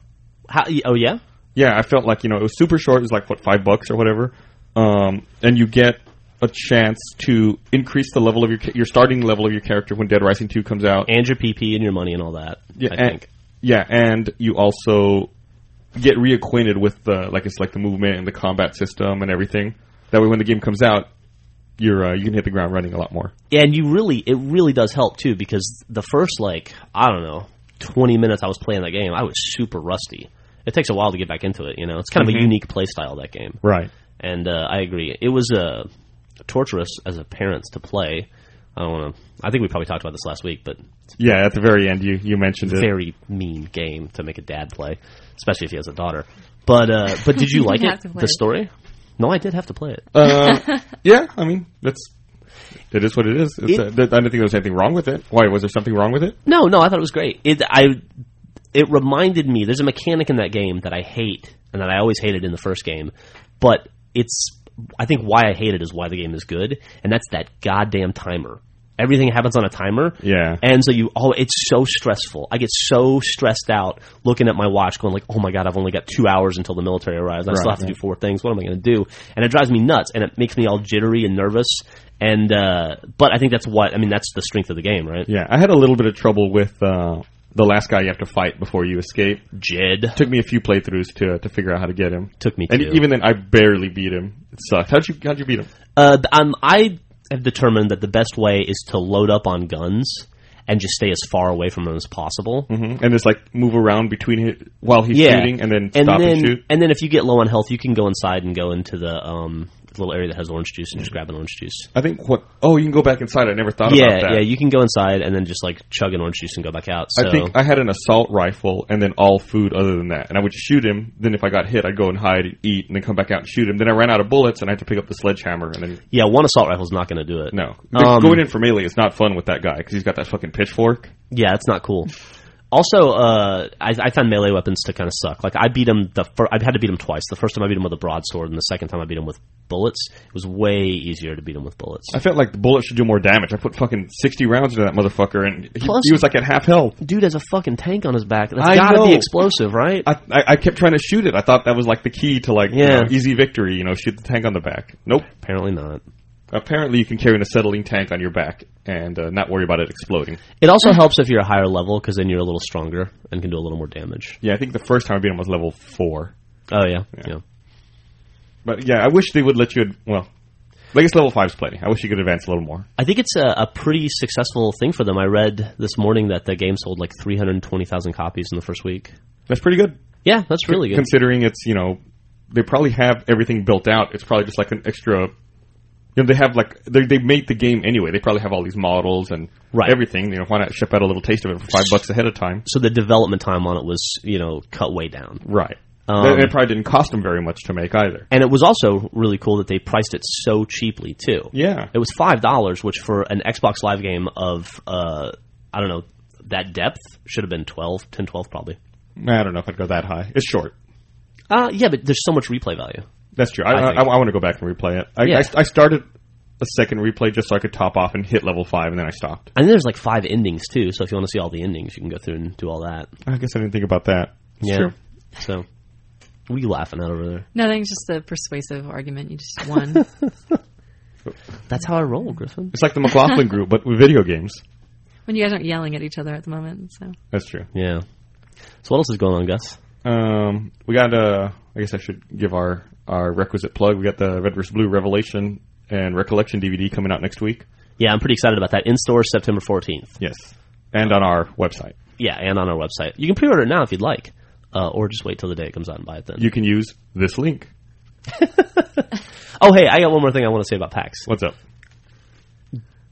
B: How, y- oh yeah,
C: Yeah, I felt like you know it was super short. It was like what five bucks or whatever, um, and you get a chance to increase the level of your ca- your starting level of your character when Dead Rising Two comes out.
B: and your PP and your money and all that.
C: yeah,
B: I
C: and,
B: think.
C: yeah, and you also get reacquainted with the like it's like the movement and the combat system and everything. That way, when the game comes out, you're uh, you can hit the ground running a lot more.
B: and you really it really does help too because the first like i don't know 20 minutes i was playing that game i was super rusty it takes a while to get back into it you know it's kind of a unique play style that game
C: Right.
B: and uh, i agree it was uh, torturous as a parent to play i don't want to i think we probably talked about this last week but it's
C: Yeah, at the very end, you you mentioned
B: a
C: it.
B: very mean game to make a dad play especially if he has a daughter but uh, but did you like
D: You
B: it
D: have to play
B: the
D: it.
B: story no i did have to play it
C: Uh, yeah, I mean that's it is what it is. It's uh, th- I didn't think there was anything wrong with it. Why was there something wrong with it?
B: No, no, I thought it was great. It I it reminded me there's a mechanic in that game that I hate and that I always hated in the first game, but it's I think why I hate it is why the game is good, and that's that goddamn timer. Everything happens on a timer.
C: Yeah.
B: And so you oh it's so stressful. I get so stressed out looking at my watch going like, "Oh my god, I've only got 2 hours until the military arrives. I still
C: Right,
B: have to
C: right.
B: do four things. What am I going to do?" And it drives me nuts and it makes me all jittery and nervous. And uh but I think that's what I mean that's the strength of the game, right?
C: Yeah, I had a little bit of trouble with uh, the last guy you have to fight before you escape.
B: Jid.
C: Took me a few playthroughs to to figure out how to get him.
B: Took me
C: and
B: too.
C: even then, I barely beat him. It sucked. How'd you how'd you beat him?
B: Uh, th- um, I have determined that the best way is to load up on guns and just stay as far away from them as possible.
C: hmm And just like move around between hit, while he's
B: Yeah,
C: shooting, and then stop
B: then,
C: and shoot.
B: and then if you get low on health, you can go inside and go into the um, little area that has orange juice and just grab an orange juice.
C: I think what? Oh, you can go back inside. I never thought
B: Yeah,
C: Mm-hmm. about that.
B: yeah, you can go inside and then just like chug an orange juice and go back out. So
C: I think I had an assault rifle and then all food other than that. And I would shoot him. Then if I got hit, I'd go and hide and eat and then come back out and shoot him. Then I ran out of bullets and I had to pick up the sledgehammer. And then,
B: yeah, one assault rifle's not going to do it.
C: no.
B: Um,
C: Going in for melee is not fun with that guy because he's got that fucking pitchfork.
B: Yeah, that's not cool. Also, uh, I, I found melee weapons to kind of suck. Like I beat him the fir- I had to beat him twice. The first time I beat him with a broadsword, and the second time I beat him with bullets. It was way easier to beat him with bullets.
C: I felt like the bullet should do more damage. I put fucking 60 rounds into that motherfucker and he,
B: Plus-
C: he was like at half health.
B: Dude has a fucking tank on his back. That's
C: I
B: gotta
C: know.
B: be explosive, right?
C: I, I, I kept trying to shoot it. I thought that was like the key to like you
B: Yeah.
C: know, easy victory, you know, shoot the tank on the back. Nope.
B: Apparently not.
C: Apparently you can carry an acetylene tank on your back and uh, not worry about it exploding.
B: It also helps if you're a higher level because then you're a little stronger and can do a little more damage.
C: Yeah, I think the first time I beat him was level 4.
B: Oh yeah, yeah.
C: But yeah, I wish they would let you. ad- Well, I guess level five's plenty. I wish you could advance a little more.
B: I think it's a, a pretty successful thing for them. I read this morning that the game sold like 320,000 copies in the first week.
C: That's pretty good.
B: Yeah, that's really good.
C: Considering it's you know they probably have everything built out. It's probably just like an extra. You know, they have like they they made the game anyway. They probably have all these models and
B: Right.
C: everything. You know, why not ship out a little taste of it for five bucks ahead of time?
B: So the development time on it was, you know, cut way down.
C: Right.
B: Um,
C: and it probably didn't cost them very much to make either.
B: And it was also really cool that they priced it so cheaply too.
C: Yeah.
B: It was five dollars, which for an Xbox Live game of uh, I don't know that depth should have been 12, 10, 12 probably.
C: I don't know if I'd go that high. It's short.
B: Uh, yeah, but there's so much replay value.
C: That's true. I,
B: I
C: I,
B: think.
C: I, want to go back and replay it. I,
B: Yeah.
C: I, I started a second replay just so I could top off and hit level five, and then I stopped.
B: And there's like five endings too, so if you want to see all the endings, you can go through and do all that.
C: I guess I didn't think about that. It's
B: yeah.
C: true.
B: So, what are you laughing at over there?
D: Nothing's just the persuasive argument you just won.
B: That's how I roll, Griffin.
C: It's like the McLaughlin group, but with video games.
D: when you guys aren't yelling at each other at the moment, so
C: That's true.
B: Yeah. So what else is going on, Gus?
C: Um, we got. Uh, I guess I should give our our requisite plug. We got the Red vs. Blue Revelation and Recollection DVD coming out next week.
B: Yeah, I'm pretty excited about that. In store September 14th.
C: Yes, and on our website,
B: Yeah, and on our website. You can pre-order it now if you'd like, uh, or just wait till the day it comes out and buy it then.
C: you can use this link.
B: oh, hey, I got one more thing I want to say about PAX.
C: What's up?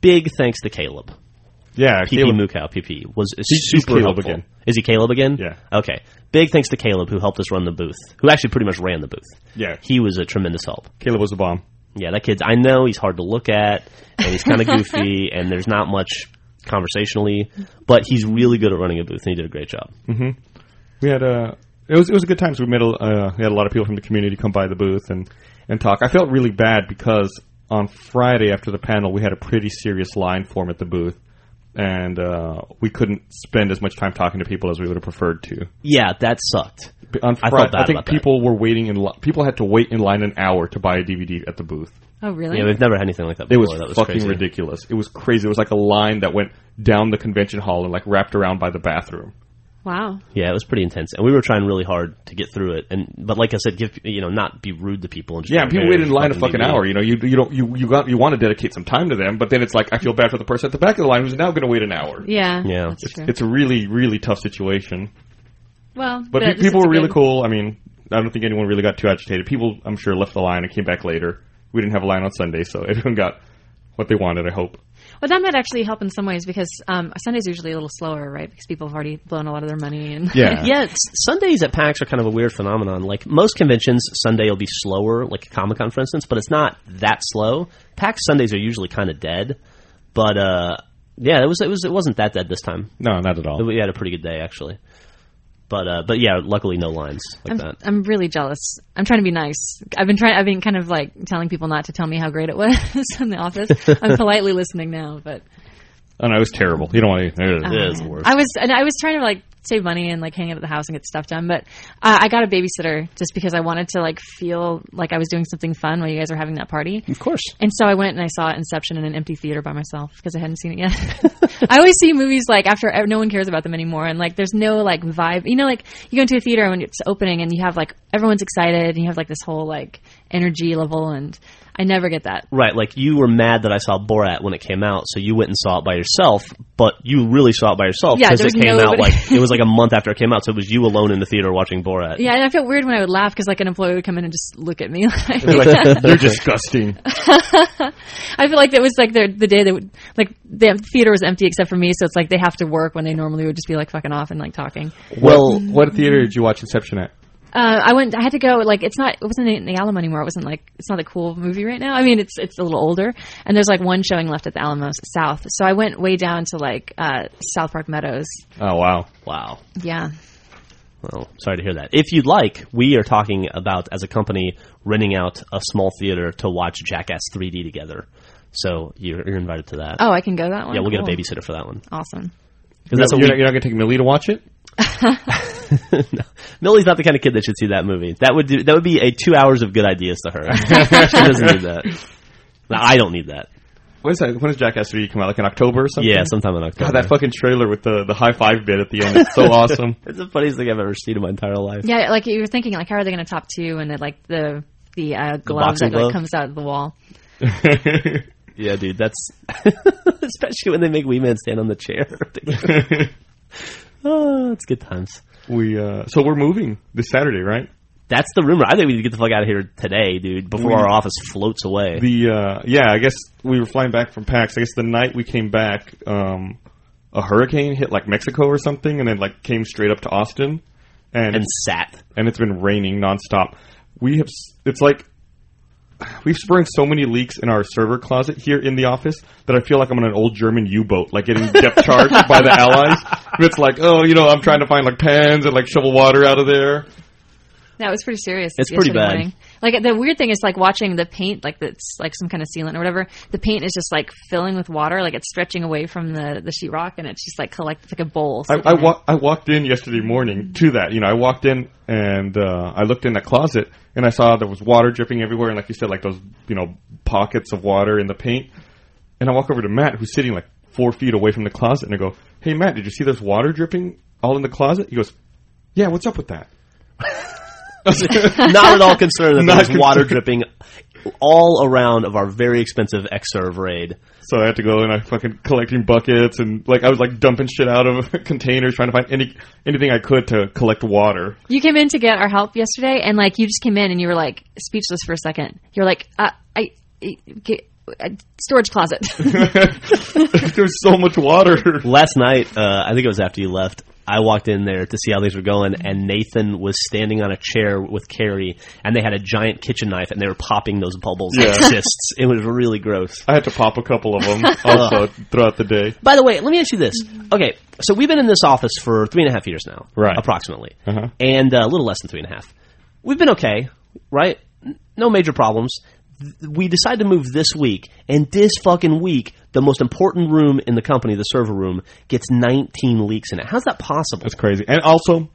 B: Big thanks to Caleb.
C: Yeah,
B: PP
C: Caleb-
B: Mukow, PP was
C: he's
B: super
C: Caleb
B: helpful.
C: again.
B: Is he Caleb again?
C: Yeah.
B: Okay. Big thanks to Caleb who helped us run the booth. Who actually pretty much ran the booth.
C: Yeah.
B: He was a tremendous help.
C: Caleb was a bomb.
B: Yeah, that kid's. I know he's hard to look at, and he's kind of goofy, and there's not much conversationally, but he's really good at running a booth, and he did a great job.
C: We had a. It was it was a good time. So we made a, uh, we had a lot of people from the community come by the booth and and talk. I felt really bad because on Friday after the panel we had a pretty serious line form at the booth, and uh, we couldn't spend as much time talking to people as we would have preferred to.
B: Yeah, that sucked.
C: P- On
B: I felt
C: Friday, I,
B: bad
C: think
B: about that.
C: people were waiting in li- people had to wait in line an hour to buy a DVD at the booth.
D: Oh, really?
B: Yeah, we've never had anything like that
C: It
B: before.
C: was,
B: that was
C: fucking
B: crazy.
C: ridiculous. It was crazy. It was like a line that went down the convention hall and like wrapped around by the bathroom.
D: wow.
B: Yeah, it was pretty intense, and we were trying really hard to get through it. And but like I said, give you know, not be rude to people. And just
C: Yeah,
B: be
C: and people
B: like,
C: waited
B: "Man,
C: in line a fucking
B: leave me."
C: hour. You know, you you don't you you got you want to dedicate some time to them, but then it's like I feel bad for the person at the back of the line who's now going to wait an hour.
D: Yeah.
B: Yeah.
D: That's true.
C: It's a really really tough situation.
D: well,
C: But
D: at
C: pe-
D: least
C: people
D: it's
C: were really
D: good-
C: cool. I mean, I don't think anyone really got too agitated. People, I'm sure, left the line and came back later. We didn't have a line on Sunday, so everyone got what they wanted. I hope.
D: Well, that might actually help in some ways because um, Sunday's usually a little slower, right? Because people have already blown a lot of their money and
C: Yeah.
B: Yeah, s- Sundays at PAX are kind of a weird phenomenon. Like most conventions, Sunday will be slower, like Comic Con, for instance, but it's not that slow. PAX Sundays are usually kind of dead, but uh, yeah, it was it was it wasn't that dead this time.
C: No, not at all.
B: We had a pretty good day actually, but uh, but yeah, luckily no lines like
D: I'm,
B: that.
D: I'm really jealous. I'm trying to be nice. I've been trying. I've been kind of like telling people not to tell me how great it was in the office. I'm politely listening now, but
C: And I Oh, was terrible. You don't want
D: Oh,
C: to.
B: is
D: man.
B: worse.
D: I was and I was trying to like save money and like hang out at the house and get stuff done, but uh, I got a babysitter just because I wanted to like feel like I was doing something fun while you guys were having that party.
B: Of course,
D: And so I went and I saw Inception in an empty theater by myself because I hadn't seen it yet. I always see movies like after ev- no one cares about them anymore, and like there's no like vibe. You know, like you go into a theater when it's opening and you have like everyone's excited and you have like this whole like energy level, and I never get that.
B: right? Like you were mad that I saw Borat when it came out, so you went and saw it by yourself. But you really saw it by yourself
D: Yeah,
B: because
D: there
B: it
D: was
B: came out
D: nobody-
B: like it was like a month after it came out, so it was you alone in the theater watching Borat.
D: Yeah, and I felt weird when I would laugh because like an employee would come in and just look at me. Like,
C: You're disgusting.
D: I feel like that was like their, the day they would like the theater was empty except for me, so it's like they have to work when they normally would just be like fucking off and like talking.
C: Well, what theater did you watch Inception at?
D: Uh, I went. I had to go. Like, it's not. It wasn't in the Alamo anymore. It wasn't like it's not a cool movie right now. I mean, it's it's a little older, and there's like one showing left at the Alamo South. So I went way down to like uh, South Park Meadows.
C: Oh wow.
B: Wow.
D: Yeah.
B: Well, sorry to hear that. If you'd like, we are talking about as a company renting out a small theater to watch Jackass 3D together. So you're, you're invited to that.
D: Oh, I can go that one.
B: yeah, we'll get a
D: Cool.
B: babysitter for that one
D: Awesome.
B: because that's a
C: you're,
B: week.
C: not, you're not gonna take Millie to watch it.
B: no. Millie's not the kind of kid that should see that movie. That would do, that would be a two hours of good ideas to her. she doesn't need that. Now, I don't need that.
C: When's that? When does Jackass 3 come out? Like in October or something?
B: Yeah, sometime in October.
C: God, that fucking trailer with the, the high five bit at the end is so awesome.
B: it's the funniest thing I've ever seen in my entire life.
D: Yeah, like you were thinking, like how are they going to top two? And then like the the uh, glove
B: boxing
D: that like,
B: glove?
D: comes out of the wall.
B: Yeah, dude, that's especially when they make Wee Man stand on the chair. oh, it's good times.
C: we uh, so we're moving this Saturday, right?
B: That's the rumor. I think we need to get the fuck out of here today, dude, before
C: We-
B: our office floats away.
C: The uh, yeah, I guess we were flying back from PAX. I guess the night we came back, um, a hurricane hit like Mexico or something, and then like came straight up to Austin, and
B: and
C: and,
B: sat.
C: it's been raining nonstop. We have s- it's like we've sprung so many leaks in our server closet here in the office that I feel like I'm on an old German U-boat, like getting depth charged by the Allies. It's like oh, you know, I'm trying to find like pans and like shovel water out of there.
D: That was pretty serious.
B: It's pretty
D: yesterday
B: bad.
D: morning. Like the weird thing is like watching the paint, like that's like some kind of sealant or whatever. The paint is just like filling with water, like it's stretching away from the the sheetrock, and it's just like collect it's like a bowl.
C: I, I, wa- I walked in yesterday morning to that. You know, I walked in and uh, I looked in that closet and I saw there was water dripping everywhere. And like you said, like those, you know, pockets of water in the paint. And I walk over to Matt, who's sitting like four feet away from the closet, and I go, Hey, Matt, did you see there's water dripping all in the closet? He goes, Yeah, what's up with that?
B: Not at all concerned that
C: Not
B: there's water
C: concerned.
B: dripping all around of our very expensive Xserve raid.
C: So I had to go and I fucking collecting buckets and like I was like dumping shit out of containers, trying to find any anything I could to collect water.
D: you came in to get our help yesterday, and like you just came in and you were like speechless for a second. You're like, uh, I, I- get- uh, storage closet.
C: There's so much water.
B: Last night, uh, I think it was after you left, I walked in there to see how things were going, and Nathan was standing on a chair with Carrie, and they had a giant kitchen knife, and they were popping those bubbles
C: Yeah.
B: that exists. It was really gross.
C: I had to pop a couple of them also throughout the day.
B: By the way, let me ask you this. Mm-hmm. Okay, so we've been in this office for three and a half years now,
C: Right.
B: Approximately,
C: Uh-huh.
B: and uh, a little less than three and a half. We've been okay, right? N- No major problems. we decide to move this week, and this fucking week, the most important room in the company, the server room, gets 19 leaks in it. How's that possible?
C: That's crazy. And also,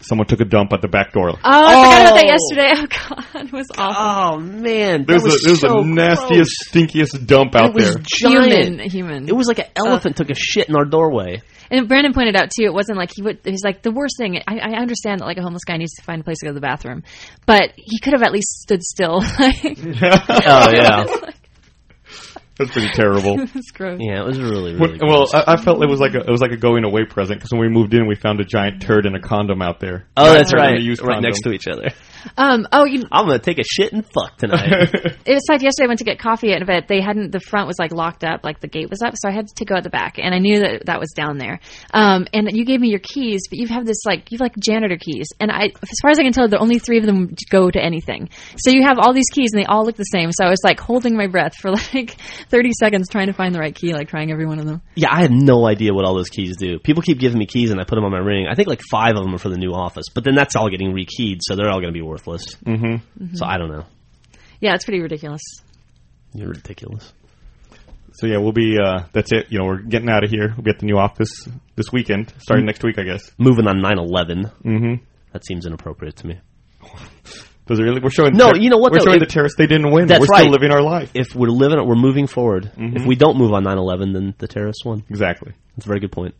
C: someone took a dump at the back door.
D: Oh, I forgot about that yesterday. Oh god, it was awful.
B: Oh man,
C: There's
B: that was
C: a there's
B: so
C: a nastiest, stinkiest dump
B: gross.
C: out
B: It was
C: there.
B: giant.
D: Human, human.
B: It was like an elephant took a shit in our doorway.
D: And Brandon pointed out too, it wasn't like he would. He's like the worst thing. I, I understand that like a homeless guy needs to find a place to go to the bathroom, but he could have at least stood still. Like,
B: Oh yeah,
C: That's pretty terrible.
D: it's gross.
B: yeah. It was really
C: What-
B: really.
C: well,
B: gross.
C: I, I felt it was like a, it was like a going away present because when we moved in, we found a giant turd in a condom out there.
B: oh, that's
C: Turd in a
B: right.
C: used
B: Right
C: condom.
B: next to each other.
D: Um. Oh, you,
B: I'm gonna take a shit and fuck tonight.
D: it's like yesterday I went to get coffee at but they hadn't. The front was like locked up, like the gate was up, so I had to go at the back, and I knew that that was down there. Um. And you gave me your keys, but you have this like you have like janitor keys, and I, as far as I can tell, the only three of them go to anything. So you have all these keys, and they all look the same. So I was like holding my breath for like thirty seconds trying to find the right key, like trying every one of them.
B: yeah, I have no idea what all those keys do. People keep giving me keys and I put them on my ring. I think like five of them are for the new office, but then that's all getting rekeyed, so they're all gonna be worthless. Mm-hmm. So I don't know.
D: Yeah, it's pretty ridiculous.
B: You're ridiculous.
C: So yeah, we'll be. Uh, that's it. You know, we're getting out of here. We'll be at the new office this weekend,
B: Mm.
C: starting next week, I guess.
B: Moving on 9/11.
C: Mm-hmm.
B: That seems inappropriate to me.
C: Does it really? We're showing.
B: No, you know what,
C: We're
B: though?
C: showing
B: If-
C: the terrorists they didn't win.
B: That's
C: we're still
B: right.
C: living our life.
B: If we're living, we're moving forward.
C: Mm-hmm.
B: If we don't move on 9/11, then the terrorists won.
C: Exactly.
B: That's a very good point.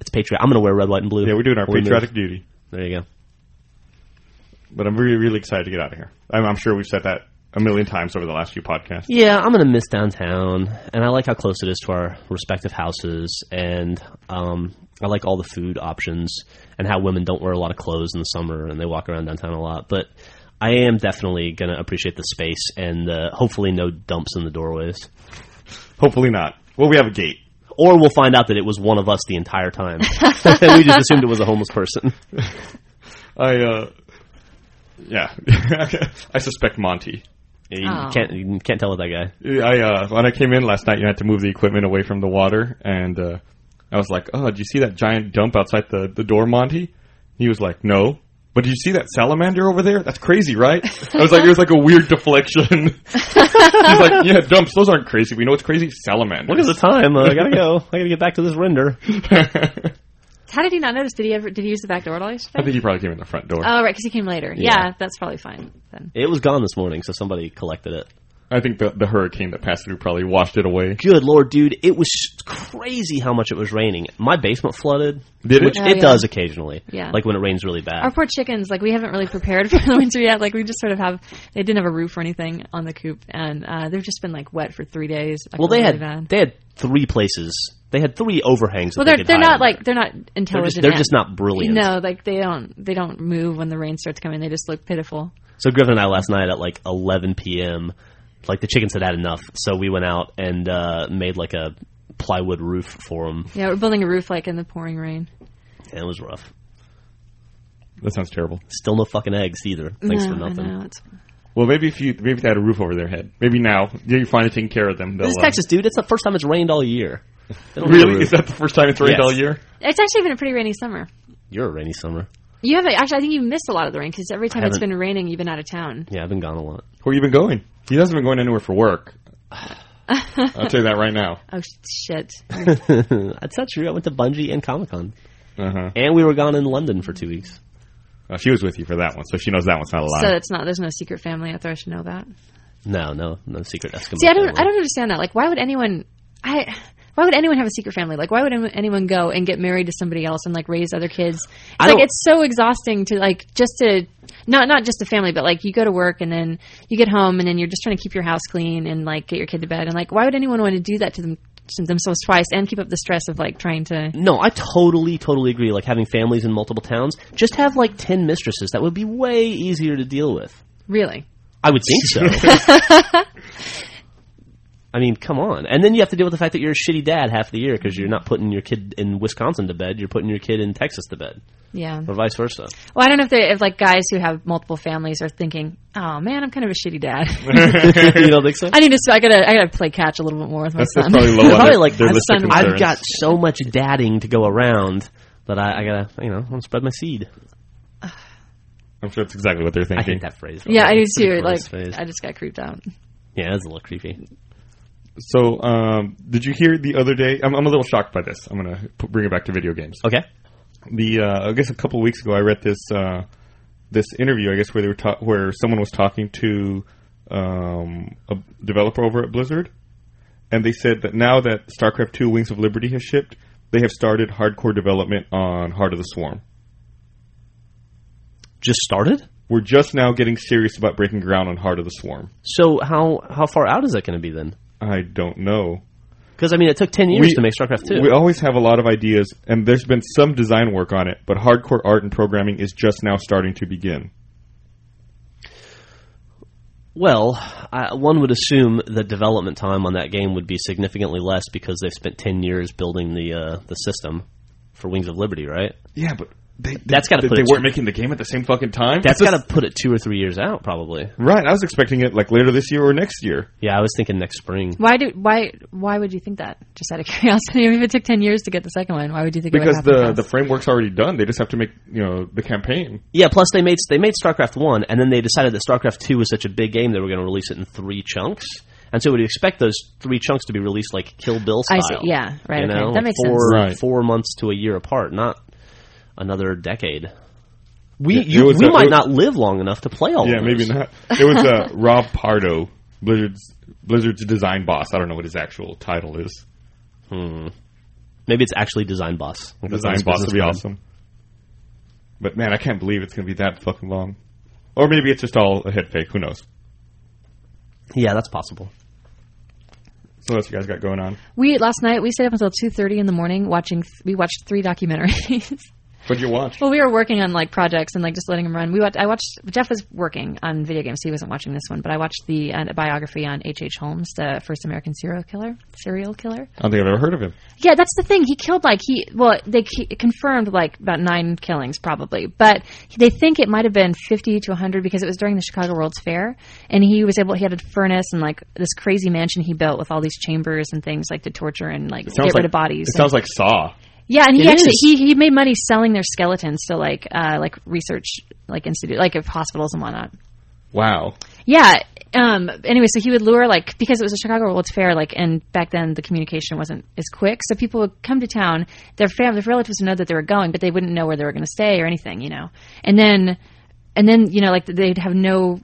B: It's patriot. I'm gonna wear red, white, and blue.
C: Yeah, we're doing our
B: when we move.
C: patriotic duty.
B: There you go.
C: But I'm really, really excited to get out of here. I'm, I'm sure we've said that a million times over the last few podcasts.
B: Yeah, I'm gonna miss downtown, and I like how close it is to our respective houses, and um, I like all the food options, and how women don't wear a lot of clothes in the summer, and they walk around downtown a lot. But I am definitely gonna appreciate the space, and uh, hopefully no dumps in the doorways,
C: Hopefully not. Well, we have a gate.
B: or we'll find out that it was one of us the entire time. we just assumed it was a homeless person.
C: I. uh Yeah, I suspect Monty.
B: You
D: Oh.
B: can't you can't tell with that guy.
C: I uh, when I came in last night, you had to move the equipment away from the water, and uh, I was like, "Oh, did you see that giant dump outside the the door, Monty?" He was like, "No." But did you see that salamander over there? That's crazy, right? I was like, it was like a weird deflection. He's like, yeah, dumps. Those aren't crazy. We know it's crazy.
B: Look at
C: Salamanders.
B: the time. Uh, I gotta go. I gotta get back to this render.
D: How did he not notice? Did he ever? Did he use the back door at all
C: I
D: yesterday?
C: think he probably came in the front door.
D: Oh, right, because he came later. Yeah.
B: Yeah.
D: that's probably fine then.
B: It was gone this morning, so somebody collected it.
C: I think the the hurricane that passed through probably washed it away.
B: good lord, dude, it was crazy how much it was raining. My basement flooded.
C: Did it?
B: Which
D: Oh,
B: it
D: yeah.
B: does occasionally.
D: Yeah.
B: Like when it rains really bad.
D: Our poor chickens, like we haven't really prepared for the winter yet. Like we just sort of have. They didn't have a roof or anything on the coop, and uh, they've just been like wet for three days. I
B: well,
D: feel
B: they
D: really
B: had
D: bad.
B: they had three places. They had three overhangs.
D: well,
B: that
D: they're
B: they could
D: they're
B: hide
D: not
B: under.
D: like they're not
B: they're just
D: intelligent.
B: they're
D: ant-
B: just not brilliant.
D: No, like they don't they don't move when the rain starts coming. They just look pitiful.
B: So Griffin and I last night at like 11 p.m. Like the chickens had had enough, so we went out and uh, made like a plywood roof for them,
D: Yeah, we're building a roof like in the pouring rain.
B: and it was rough.
C: That sounds terrible.
B: Still no fucking eggs either. Thanks for
D: No, I
B: nothing.
D: know, it's-
C: Well, maybe if you maybe if they had a roof over their head. Maybe now you're finally taking care of them.
B: This is
C: they'll, uh,
B: Texas, dude. It's the first time it's rained all year. They don't have a
C: Really?
B: roof.
C: Is that the first time it's rained
B: Yes.
C: all year?
D: It's actually been a pretty rainy summer.
B: You're a rainy summer.
D: You haven't actually. I think you missed a lot of the rain because every time it's
B: haven't.
D: been raining, you've been out of town.
B: Yeah, I've been gone a lot.
C: Where you been going? He hasn't been going anywhere for work. I'll tell you that right now.
D: Oh sh- shit!
B: That's not true. I went to Bungie and Comic Con,
C: Uh-huh.
B: and we were gone in London for two weeks.
C: Uh, she was with you for that one, so she knows that one's not a lie.
D: So it's not. There's no secret family out there I should know about.
B: No, no, no secret Eskimo.
D: See, I don't.
B: family.
D: I don't understand that. Like, why would anyone? I. Why would anyone have a secret family? Like, why would anyone- anyone go and get married to somebody else and like raise other kids? It's
B: I
D: like
B: don't-
D: it's so exhausting to like just to not not just a family, but like you go to work and then you get home and then you're just trying to keep your house clean and like get your kid to bed and like why would anyone want to do that to them to themselves twice and keep up the stress of like trying to
B: No, I totally, totally agree. Like having families in multiple towns, just have like ten mistresses. That would be way easier to deal with.
D: really
B: I would think so. I mean, come on. And then you have to deal with the fact that you're a shitty dad half the year because you're not putting your kid in Wisconsin to bed. You're putting your kid in Texas to bed,
D: yeah.
B: or vice versa.
D: Well, I don't know if they if like guys who have multiple families are thinking, oh man, I'm kind of a shitty dad.
B: you don't think so?
D: I need to. I gotta. I gotta play catch a little bit more with my
C: that's, that's
D: son.
C: probably low on
B: Probably
C: their-
B: like,
C: their
B: I've
C: list of
D: son-
B: I've
C: concerns.
B: got so much dadding to go around that I, I gotta, you know, want to spread my seed.
C: I'm sure that's exactly what they're
B: I
C: thinking.
B: hate that phrase.
D: Yeah, I do
B: It's a
D: too. Like,
B: gross phrase.
D: I just got creeped out.
B: yeah, that's a little creepy.
C: So, um, did you hear the other day? I'm, I'm a little shocked by this. I'm going to p- bring it back to video games.
B: Okay.
C: The uh, I guess a couple weeks ago, I read this uh, this interview. I guess where they were ta- where someone was talking to um, a developer over at Blizzard, and they said that now that StarCraft Two: Wings of Liberty has shipped, they have started hardcore development on Heart of the Swarm.
B: Just started.
C: We're just now getting serious about breaking ground on Heart of the Swarm.
B: So how how far out is that going to be then?
C: I don't know.
B: Because I mean, it took ten years
C: We-
B: to make StarCraft two.
C: We always have a lot of ideas, and there's been some design work on it, but hardcore art and programming is just now starting to begin.
B: Well, I, one would assume that development time on that game would be significantly less because they've spent ten years building the uh, the system for Wings of Liberty, right?
C: Yeah, but they, they,
B: That's gotta
C: they,
B: put
C: they
B: it-
C: weren't making the game at the same fucking time.
B: That's got to put it two or three years out, probably.
C: right. I was expecting it like later this year or next year.
B: Yeah, I was thinking next spring.
D: Why do why why would you think that? Just out of curiosity, I mean, if it took ten years to get the second one, why would you think
C: Because
D: it would
C: the
D: happen
C: the
D: fast?
C: framework's already done. They just have to make you know the campaign.
B: Yeah, plus they made they made StarCraft one, and then they decided that StarCraft two was such a big game they were going to release it in three chunks, and so we'd expect those three chunks to be released like Kill Bill
D: I
B: style.
D: see. Yeah, right.
B: you
D: okay,
B: know,
D: that makes
B: four,
D: sense.
C: Right.
B: Four months to a year apart, not another decade. We
C: Yeah, it
B: you,
C: was
B: we
C: a-
B: might
C: it-
B: not live long enough to play all.
C: Yeah,
B: of
C: maybe
B: those.
C: not. It was uh, Rob Pardo, Blizzard's Blizzard's design boss. I don't know what his actual title is.
B: Hmm. Maybe it's actually Design Boss. Like, that's
C: Design
B: his
C: boss would be
B: business
C: awesome. But man, I can't believe it's going to be that fucking long. Or maybe it's just all a head fake. Who knows?
B: plan. Yeah, that's possible.
C: So what else you guys got going on?
D: We last night we stayed up until two thirty in the morning watching. th- We watched three documentaries.
C: What'd you watch?
D: well, we were working on like projects and like just letting them run. We watched. I watched. Jeff was working on video games. So he wasn't watching this one, but I watched the uh, biography on H. H. Holmes, the first American serial killer. Serial killer.
C: I don't think I've ever heard of him.
D: Yeah, that's the thing. He killed like he well, they c- confirmed like about nine killings probably, but they think it might have been fifty to hundred because it was during the Chicago World's Fair, and he was able. He had a furnace and like this crazy mansion he built with all these chambers and things like to torture and like get rid
C: like
D: of bodies.
C: It sounds like Saw.
D: yeah, and he
B: It
D: actually
B: is.
D: he, he made money selling their skeletons to like uh, like research like institute like if hospitals and whatnot.
C: Wow.
D: Yeah. Um, anyway, so he would lure like because it was a Chicago World's Fair, like, and back then the communication wasn't as quick, so people would come to town. Their family, their relatives would know that they were going, but they wouldn't know where they were going to stay or anything, you know. And then, and then you know, like they'd have no,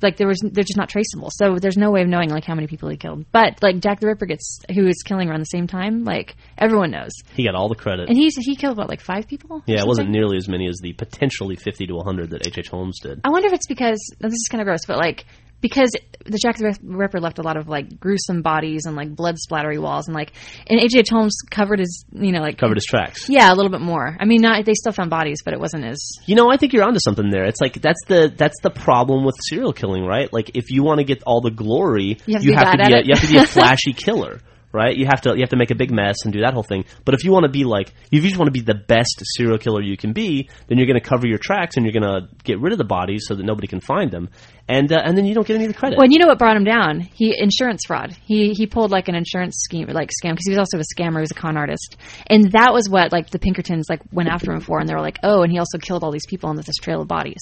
D: like there was they're just not traceable, so there's no way of knowing like how many people he killed. But like Jack the Ripper gets who is killing around the same time, like everyone knows,
B: He got all the credit.
D: and he's he killed what like five people. or
B: yeah, it wasn't
D: something?
B: nearly as many as the potentially fifty to one hundred that H. H. Holmes did.
D: I wonder if it's because now this is kind of gross, but like because the Jack the Ripper left a lot of like gruesome bodies and like blood splattery walls and like and H.H. Holmes covered his you know like
B: Covered his tracks.
D: yeah a little bit more. I mean, not they still found bodies, but it wasn't as
B: You know, I think you're onto something there. It's like that's the that's the problem with serial killing, right? Like if you want to get all the glory,
D: You have to be bad
B: to be
D: at
B: a,
D: it.
B: you have to be a flashy killer, right? You have to you have to make a big mess and do that whole thing. But if you want to be like if you just want to be the best serial killer you can be, then you're going to cover your tracks and you're going to get rid of the bodies so that nobody can find them, and uh, and then you don't get any of the credit.
D: Well, and you know what brought him down? He insurance fraud. He he pulled like an insurance scheme, like scam, because he was also a scammer. He was a con artist, and that was what like the Pinkertons like went after him for. And they were like, oh, and he also killed all these people on this trail of bodies.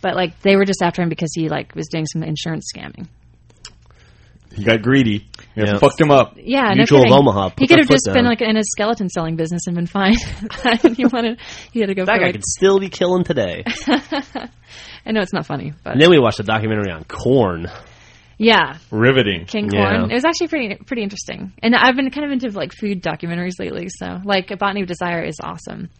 D: But like they were just after him because he like was doing some insurance scamming.
C: He got greedy. It
B: Yeah.
C: Fucked him up.
D: Yeah,
B: Mutual
D: no
B: of
D: kidding.
B: Omaha. Put
D: He could
B: that
D: have
B: foot
D: just been
B: down.
D: like in his skeleton selling business and been fine. he wanted, he had to go.
B: that
D: for
B: guy
D: like,
B: could still be killing today.
D: I know it's not funny, but
B: and then we watched a documentary on corn.
D: yeah,
C: Riveting.
D: King
B: Yeah.
D: Corn. It was actually pretty pretty interesting, and I've been kind of into like food documentaries lately. So like Botany of Desire is awesome.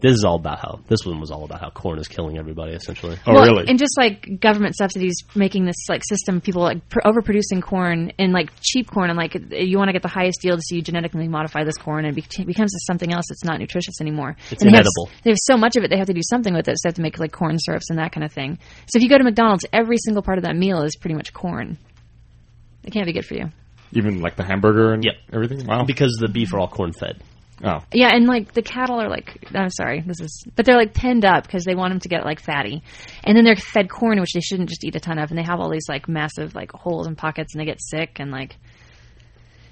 B: This is all about how this one was all about how corn is killing everybody essentially.
C: Oh,
D: Well,
C: really?
D: And just like government subsidies making this like system, people like pr- overproducing corn and like cheap corn, and like you want to get the highest yield, so you genetically modify this corn, and it bec- becomes something else that's not nutritious anymore.
B: It's
D: and they have s-
B: inedible.
D: They have, so much of it, they have to do something with it. So they have to make like corn syrups and that kind of thing. So if you go to McDonald's, every single part of that meal is pretty much corn. It can't be good for you.
C: Even like the hamburger and
B: Yep.
C: everything. Wow.
B: Because the beef are all corn fed.
C: oh.
D: Yeah, and like the cattle are like I'm sorry, this is but they're like pinned up because they want them to get like fatty, and then they're fed corn which they shouldn't just eat a ton of, and they have all these like massive like holes and pockets, and they get sick and like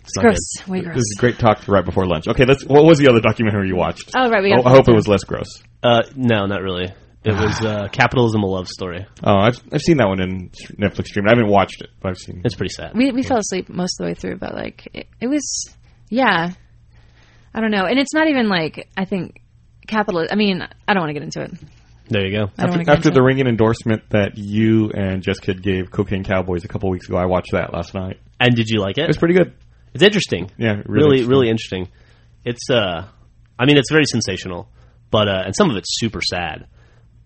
D: it's
B: not
D: gross, way gross.
C: This is great talk right before lunch. Okay, let's. What was the other documentary you watched?
D: Oh right, we
C: Oh,
D: got.
C: I hope it was less gross.
B: Uh, no, not really. It was uh, Capitalism: A Love Story.
C: Oh, I've I've seen that one in Netflix streaming. I haven't watched it, but I've seen. it.
B: It's pretty sad.
D: we we fell asleep most of the way through, but like it, it was, yeah. I don't know, and it's not even like I think capital. I mean, I don't want to get into it.
B: There you go.
D: I don't want to
C: After,
D: get
C: after
D: into
C: the
D: it.
C: ringing endorsement that you and Jess Kid gave Cocaine Cowboys a couple weeks ago, I watched that last night.
B: And did you like
C: It's
B: it?
C: pretty good.
B: It's interesting.
C: Yeah, really interesting.
B: really, really interesting. It's uh, I mean, it's very sensational, but uh, and some of it's super sad.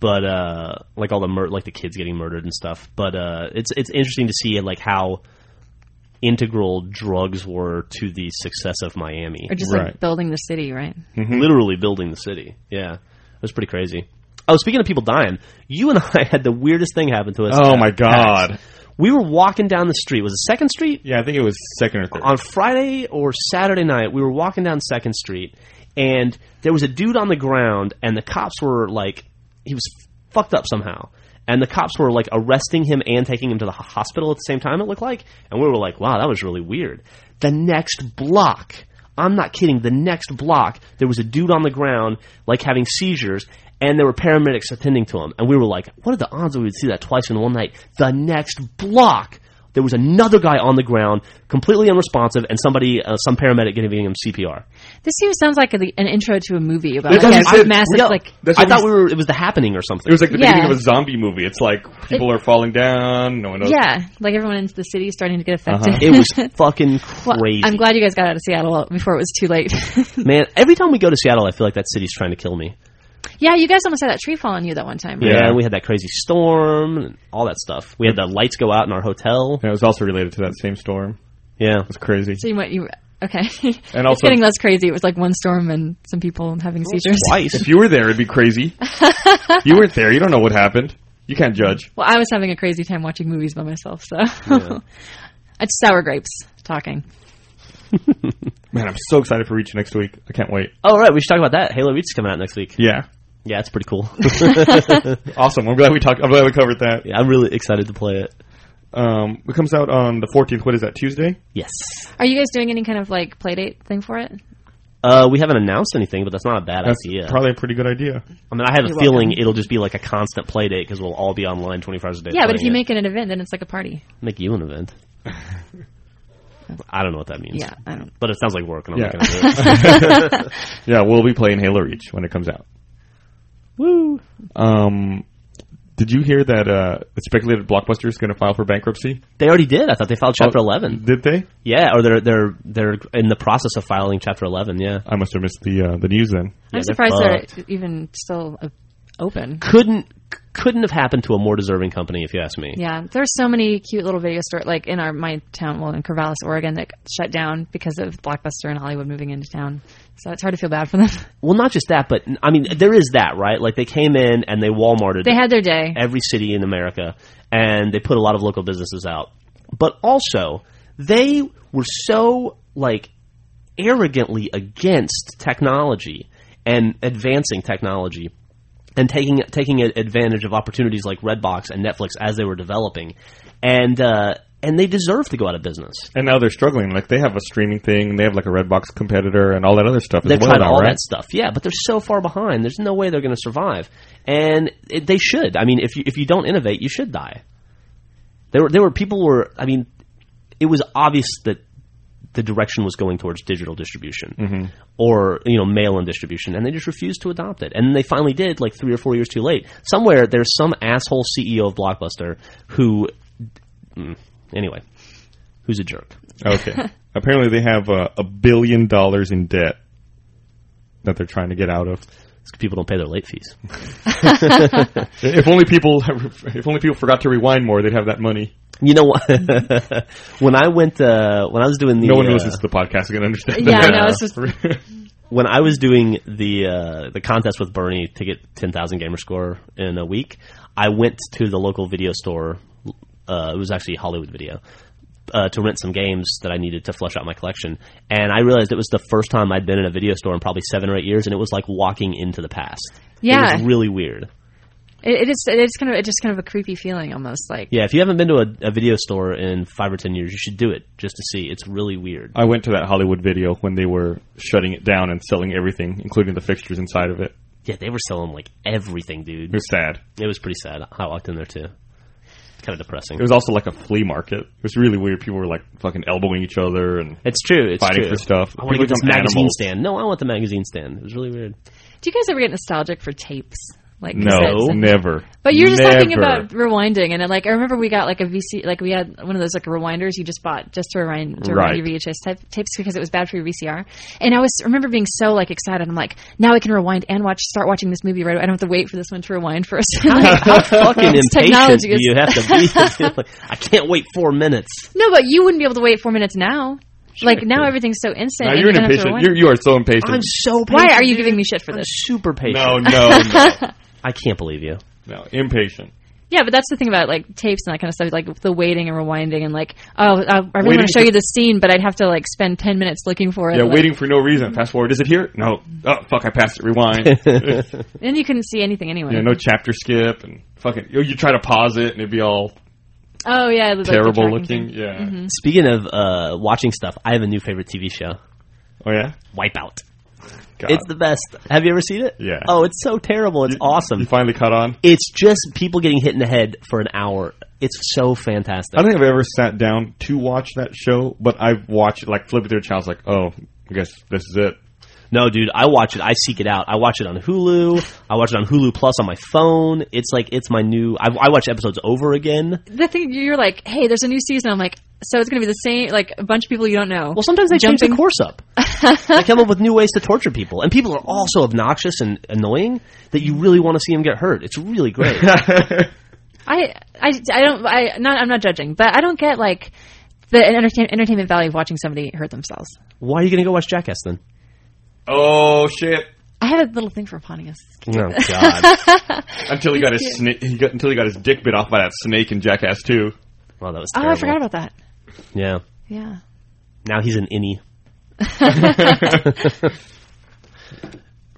B: But uh, like all the mur- like the kids getting murdered and stuff. But uh, it's it's interesting to see like how integral drugs were to the success of Miami.
D: or just
C: Right. Hmm.
D: like building the city, right?
C: Mm-hmm.
B: Literally building the city. Yeah, it was pretty crazy. Oh, speaking of people dying, you and I had the weirdest thing happen to us.
C: Oh
B: at
C: my
B: PAX.
C: god.
B: We were walking down the street. Was it Second Street?
C: Yeah, I think it was second or third.
B: on Friday or Saturday night, we were walking down Second Street, and there was a dude on the ground, and the cops were like, he was fucked up somehow, and the cops were like arresting him and taking him to the ho- hospital at the same time. It looked like, and we were like, wow, that was really weird. The next block. I'm not kidding. The next block, there was a dude on the ground, like having seizures, and there were paramedics attending to him. And we were like, what are the odds that we would see that twice in one night? The next block, there was another guy on the ground, completely unresponsive, and somebody, uh, some paramedic giving him CPR.
D: This even sounds like a, an intro to a movie about
C: That's
D: like,
C: what I
D: a
C: said.
D: massive
B: Yeah,
D: like.
C: That's
B: I
C: what
B: thought
C: we-
B: we were, it was the happening or
C: It
B: something.
C: was like the
D: Yeah.
C: beginning of a zombie movie. It's like people are falling down. No one knows.
D: Yeah, like everyone in the city is starting to get affected.
B: It was fucking
D: Well,
B: Uh-huh. crazy.
D: I'm glad you guys got out of Seattle before it was too late.
B: Man, every time we go to Seattle, I feel like that city's trying to kill me.
D: yeah, you guys almost had that tree fall on you that one time. right?
C: Yeah.
B: Yeah, we had that crazy storm and all that stuff. We had the lights go out in our hotel.
C: And it was also related to that same storm.
B: Yeah.
C: It's crazy.
D: So you went, you okay?
C: And
D: it's
C: also-
D: getting less crazy. It was like one storm and some people having seizures.
B: Twice.
C: If you were there, it'd be crazy. you weren't there. You don't know what happened. You can't judge.
D: Well, I was having a crazy time watching movies by myself, so
B: Yeah.
D: it's sour grapes talking.
C: Man, I'm so excited for Reach next week. I can't wait.
B: Oh, right. We should talk about that. Halo Reach is coming out next week.
C: Yeah.
B: Yeah, it's pretty cool.
C: Awesome. I'm glad we talked. I'm glad we covered that.
B: yeah, I'm really excited to play it.
C: Um, it comes out on the 14th. What is that? Tuesday.
B: Yes.
D: Are you guys doing any kind of like playdate thing for it?
B: Uh, we haven't announced anything, but that's not a bad
C: That's
B: idea.
C: probably a pretty good idea.
B: I mean, I have a
D: You're
B: feeling
D: welcome.
B: it'll just be like a constant play date because we'll all be online 24 hours a day.
D: Yeah, but if
B: playing it.
D: you make it an event, then it's like a party.
B: make you an event, I don't know what that means.
D: Yeah, I don't.
B: But it sounds like work, and I'm
C: Yeah.
B: not going to do it.
C: Yeah, we'll be playing Halo Reach when it comes out.
B: Woo!
C: Um, did you hear that uh, speculated Blockbuster is going to file for bankruptcy?
B: They already did. I thought they filed Chapter
C: Oh.
B: 11.
C: Did they?
B: Yeah, or they're they're they're in the process of filing Chapter 11. Yeah,
C: I must have missed the uh, the news then.
B: Yeah,
D: I'm
B: they're
D: surprised they're
B: fucked.
D: even still uh, open.
B: couldn't c- couldn't have happened to a more deserving company, if you ask me.
D: Yeah, there's so many cute little video store like in our my town, well in Corvallis, Oregon, that shut down because of Blockbuster and Hollywood moving into town. So it's hard to feel bad for them.
B: Well, not just that, but I mean, there is that, right? Like they came in and they Walmarted.
D: They had their day.
B: every city in America, and they put a lot of local businesses out. But also, they were so like arrogantly against technology and advancing technology and taking taking a- advantage of opportunities like Redbox and Netflix as they were developing, and uh, and they deserve to go out of business.
C: And now they're struggling. Like they have a streaming thing, and they have like a Redbox competitor, and all that other stuff.
B: They've
C: as well
B: tried
C: now,
B: all
C: right?
B: that stuff, yeah, but they're so far behind. There's no way they're going to survive, and it, they should. I mean, if you if you don't innovate, you should die. There were there were people were. I mean, it was obvious that the direction was going towards digital distribution
C: Mm-hmm.
B: or you know mail-in distribution, and they just refused to adopt it. And they finally did, like three or four years too late. Somewhere there's some asshole CEO of Blockbuster who, mm, anyway, who's a jerk.
C: Okay. Apparently, they have uh, a billion dollars in debt that they're trying to get out of.
B: It's 'cause people don't pay their late fees.
C: If only people, if only people forgot to rewind more, they'd have that money.
B: You know what? when I went, uh, when I was doing the,
C: No one who
B: uh,
C: listens to the podcast can understand.
D: yeah,
C: that.
D: no, it's just
B: when I was doing the uh, the contest with Bernie to get ten thousand gamer score in a week, I went to the local video store. Uh, it was actually Hollywood Video. Uh, to rent some games that I needed to flush out my collection, and I realized it was the first time I'd been in a video store in probably seven or eight years, and it was like walking into the past. it
D: Yeah.
B: was really weird.
D: it, it is it's kind of it's just kind of a creepy feeling almost like
B: Yeah, if you haven't been to a, a video store in five or ten years, you should do it just to see. It's really weird.
C: I went to that Hollywood video when they were shutting it down and selling everything, including the fixtures inside of it.
B: Yeah, they were selling like everything, dude.
C: It was sad.
B: It was pretty sad. I walked in there too. It's kind of depressing.
C: It was also like a flea market. It was really weird. People were like fucking elbowing each other and
B: It's true. It's
C: fighting
B: true.
C: for stuff.
B: I want to
C: People
B: get this
C: become
B: magazine
C: animals.
B: stand. No, I want the magazine stand. It was really weird.
D: Do you guys ever get nostalgic for tapes? Like
C: No,
D: cassettes and-
C: never.
D: But you were just talking
C: Never.
D: about rewinding, and like I remember we got like a VC, like we had one of those like rewinders you just bought just to rewind to
C: Right.
D: rewind your VHS type, tapes because it was bad for your VCR. And I was I remember being so like excited. I'm like, now I can rewind and watch, start watching this movie right away. I don't have to wait for this one to rewind first.
B: How fucking
D: This
B: impatient
D: technology
B: do
D: is-
B: you have to be? Like, I can't wait four minutes.
D: no, but you wouldn't be able to wait four minutes now. Like now
C: Sure.
D: everything everything's so instant.
C: No,
D: and
C: you're an
D: don't have to
C: impatient.
D: rewind.
C: You're, you are so impatient.
B: I'm so patient.
D: Why are you
B: dude.
D: giving me shit for
B: I'm
D: this?
B: super patient.
C: no, no, no,
B: I can't believe you.
C: no. Impatient.
D: Yeah, but that's the thing about like tapes and that kind of stuff, like the waiting and rewinding, and like, oh, I, I really
C: Waiting
D: want to show
C: for-
D: you this scene, but I'd have to like spend ten minutes looking for it.
C: Yeah,
D: like-
C: waiting for no reason. Fast forward. Is it here? No. Oh fuck! I passed it. Rewind. yeah,
D: Then you couldn't see anything anyway.
C: no chapter skip and fucking. You, you try to pause it and it'd be all
D: oh yeah, it was, like, the
C: terrible
D: tracking
C: looking.
D: thing. Mm-hmm.
C: Yeah.
B: Speaking of uh, watching stuff, I have a new favorite TV show,
C: Oh yeah.
B: Wipeout.
C: God.
B: It's the best. Have you ever seen it?
C: Yeah.
B: Oh, it's so terrible. It's awesome.
C: You finally caught on.
B: it's just people getting hit in the head for an hour. It's so fantastic.
C: I don't think I've ever sat down to watch that show, but I've watched like flipping through a channel. I was like, oh, I guess this is it.
B: No, dude, I watch it. I seek it out. I watch it on Hulu. I watch it on Hulu Plus on my phone. It's like it's my new. I, I watch episodes over again.
D: The thing you're like, hey, there's a new season. I'm like, so it's gonna be the same, like a bunch of people you don't know.
B: Well, sometimes they change the
D: Jumping-
B: course up. they come up with new ways to torture people, and people are all so obnoxious and annoying that you really want to see them get hurt. It's really great.
D: I, I, I don't, I not, I'm not judging, but I don't get like the entertain, entertainment value of watching somebody hurt themselves.
B: Why are you going to go watch Jackass then?
C: Oh shit!
D: I have a little thing for Pontius.
B: Oh God!
C: Until he got his snake. He got until he got his dick bit off by that snake in Jackass Two.
B: Well, that was
D: Oh,
B: terrible.
D: I forgot about that.
B: Yeah.
D: Yeah.
B: Now he's an innie.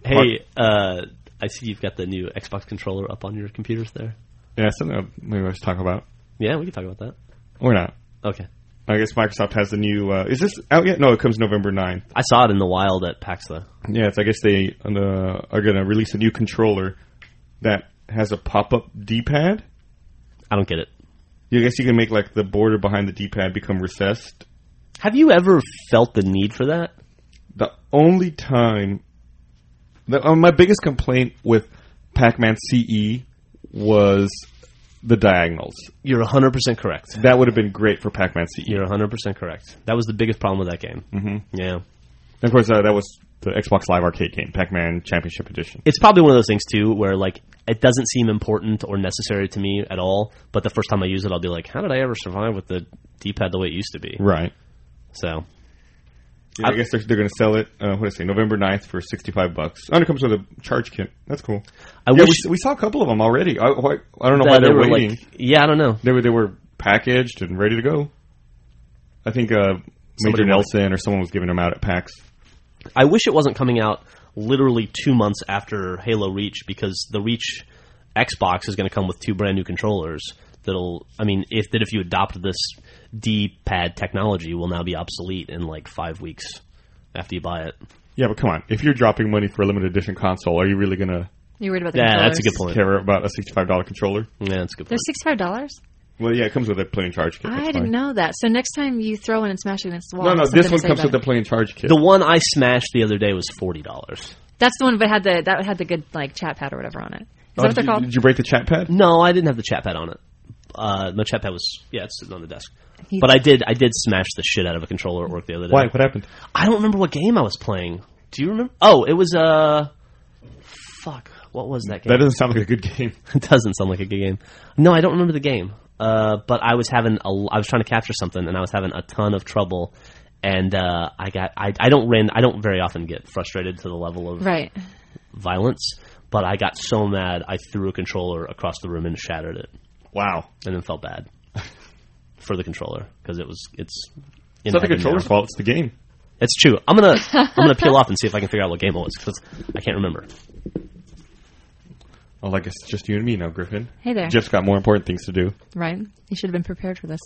B: hey, uh, I see you've got the new Xbox controller up on your computers there.
C: Yeah, something I- maybe I should talk about.
B: Yeah, we can talk about that.
C: Or not.
B: Okay.
C: I guess Microsoft has the new. Uh, is this out yet? No, it comes November 9th.
B: I saw it in the wild at PAX though.
C: Yeah, it's, I guess they uh, are going to release a new controller that has a pop up D pad.
B: I don't get it.
C: I guess you can make like the border behind the D pad become recessed.
B: Have you ever felt the need for that?
C: The only time. The, uh, my biggest complaint with Pac Man CE was the diagonals.
B: You're 100% correct.
C: That would have been great for E. Pac Man CE.
B: You're 100% correct. That was the biggest problem with that game. Mm-hmm. Yeah.
C: And of course, uh, that was the Xbox Live Arcade game, Pac Man Championship Edition.
B: It's probably one of those things too where like it doesn't seem important or necessary to me at all, but the first time I use it I'll be like, how did I ever survive with the D-pad the way it used to be?
C: Right.
B: So,
C: I, guess they're, they're going to sell it. Uh, what do I say? November 9th for sixty-five bucks. And it comes with a charge kit. That's cool.
B: I
C: Yeah,
B: wish
C: we, s- we saw a couple of them already. I, why, I don't know
B: that
C: why
B: they
C: they're
B: were
C: waiting.
B: like yeah, I don't know.
C: they were they were packaged and ready to go. I think uh, Major
B: Somebody
C: Nelson or someone was giving them out at PAX.
B: I wish it wasn't coming out literally two months after Halo Reach because the Reach Xbox is going to come with two brand new controllers that'll. I mean, if that if you adopt this D-pad technology, will now be obsolete in like five weeks after you buy it.
C: Yeah, but come on. If you're dropping money for a limited edition console, are you really going to
D: You're worried about the
B: Yeah, that's a
D: controllers.
B: good point.
C: care about a sixty-five dollar controller?
B: Yeah, that's a good
D: They're
B: point.
D: sixty-five dollars.
C: Well, yeah, it comes with a plain charge kit.
D: I
C: That's
D: didn't
C: fine.
D: know that. So next time you throw one and smash it against the wall,
C: No, no,
D: something
C: this
D: to
C: one
D: say
C: comes
D: about
C: with
D: it.
C: the plain charge kit.
B: The one I smashed the other day was forty dollars.
D: That's the one that had the that had the good like chat pad or whatever on it. Is that
C: Oh,
D: what they're
C: did, you-
D: called?
C: did you break the chat pad?
B: No, I didn't have the chat pad on it. Uh, my chat pad was yeah, it's sitting on the desk.
D: You-
B: But I did I did smash the shit out of a controller at work the other day.
C: Why? What happened?
B: I don't remember what game I was playing. Do you remember? Oh, it was uh fuck. What was that game?
C: That doesn't sound like a good game.
B: it doesn't sound like a good game. No, I don't remember the game. Uh, but I was having a, I was trying to capture something, and I was having a ton of trouble. And uh, I got I, I don't ran I don't very often get frustrated to the level of
D: right.
B: violence, but I got so mad I threw a controller across the room and shattered it,
C: Wow.
B: and then felt bad for the controller because it was it's.
C: It's not the controller's fault. It's the game.
B: It's true. I'm gonna I'm gonna peel off and see if I can figure out what game it was because I can't remember.
C: Well, I guess it's just you and me now, Griffin.
D: Hey there.
C: Jeff's got more important things to do.
D: Right. You should have been prepared for this.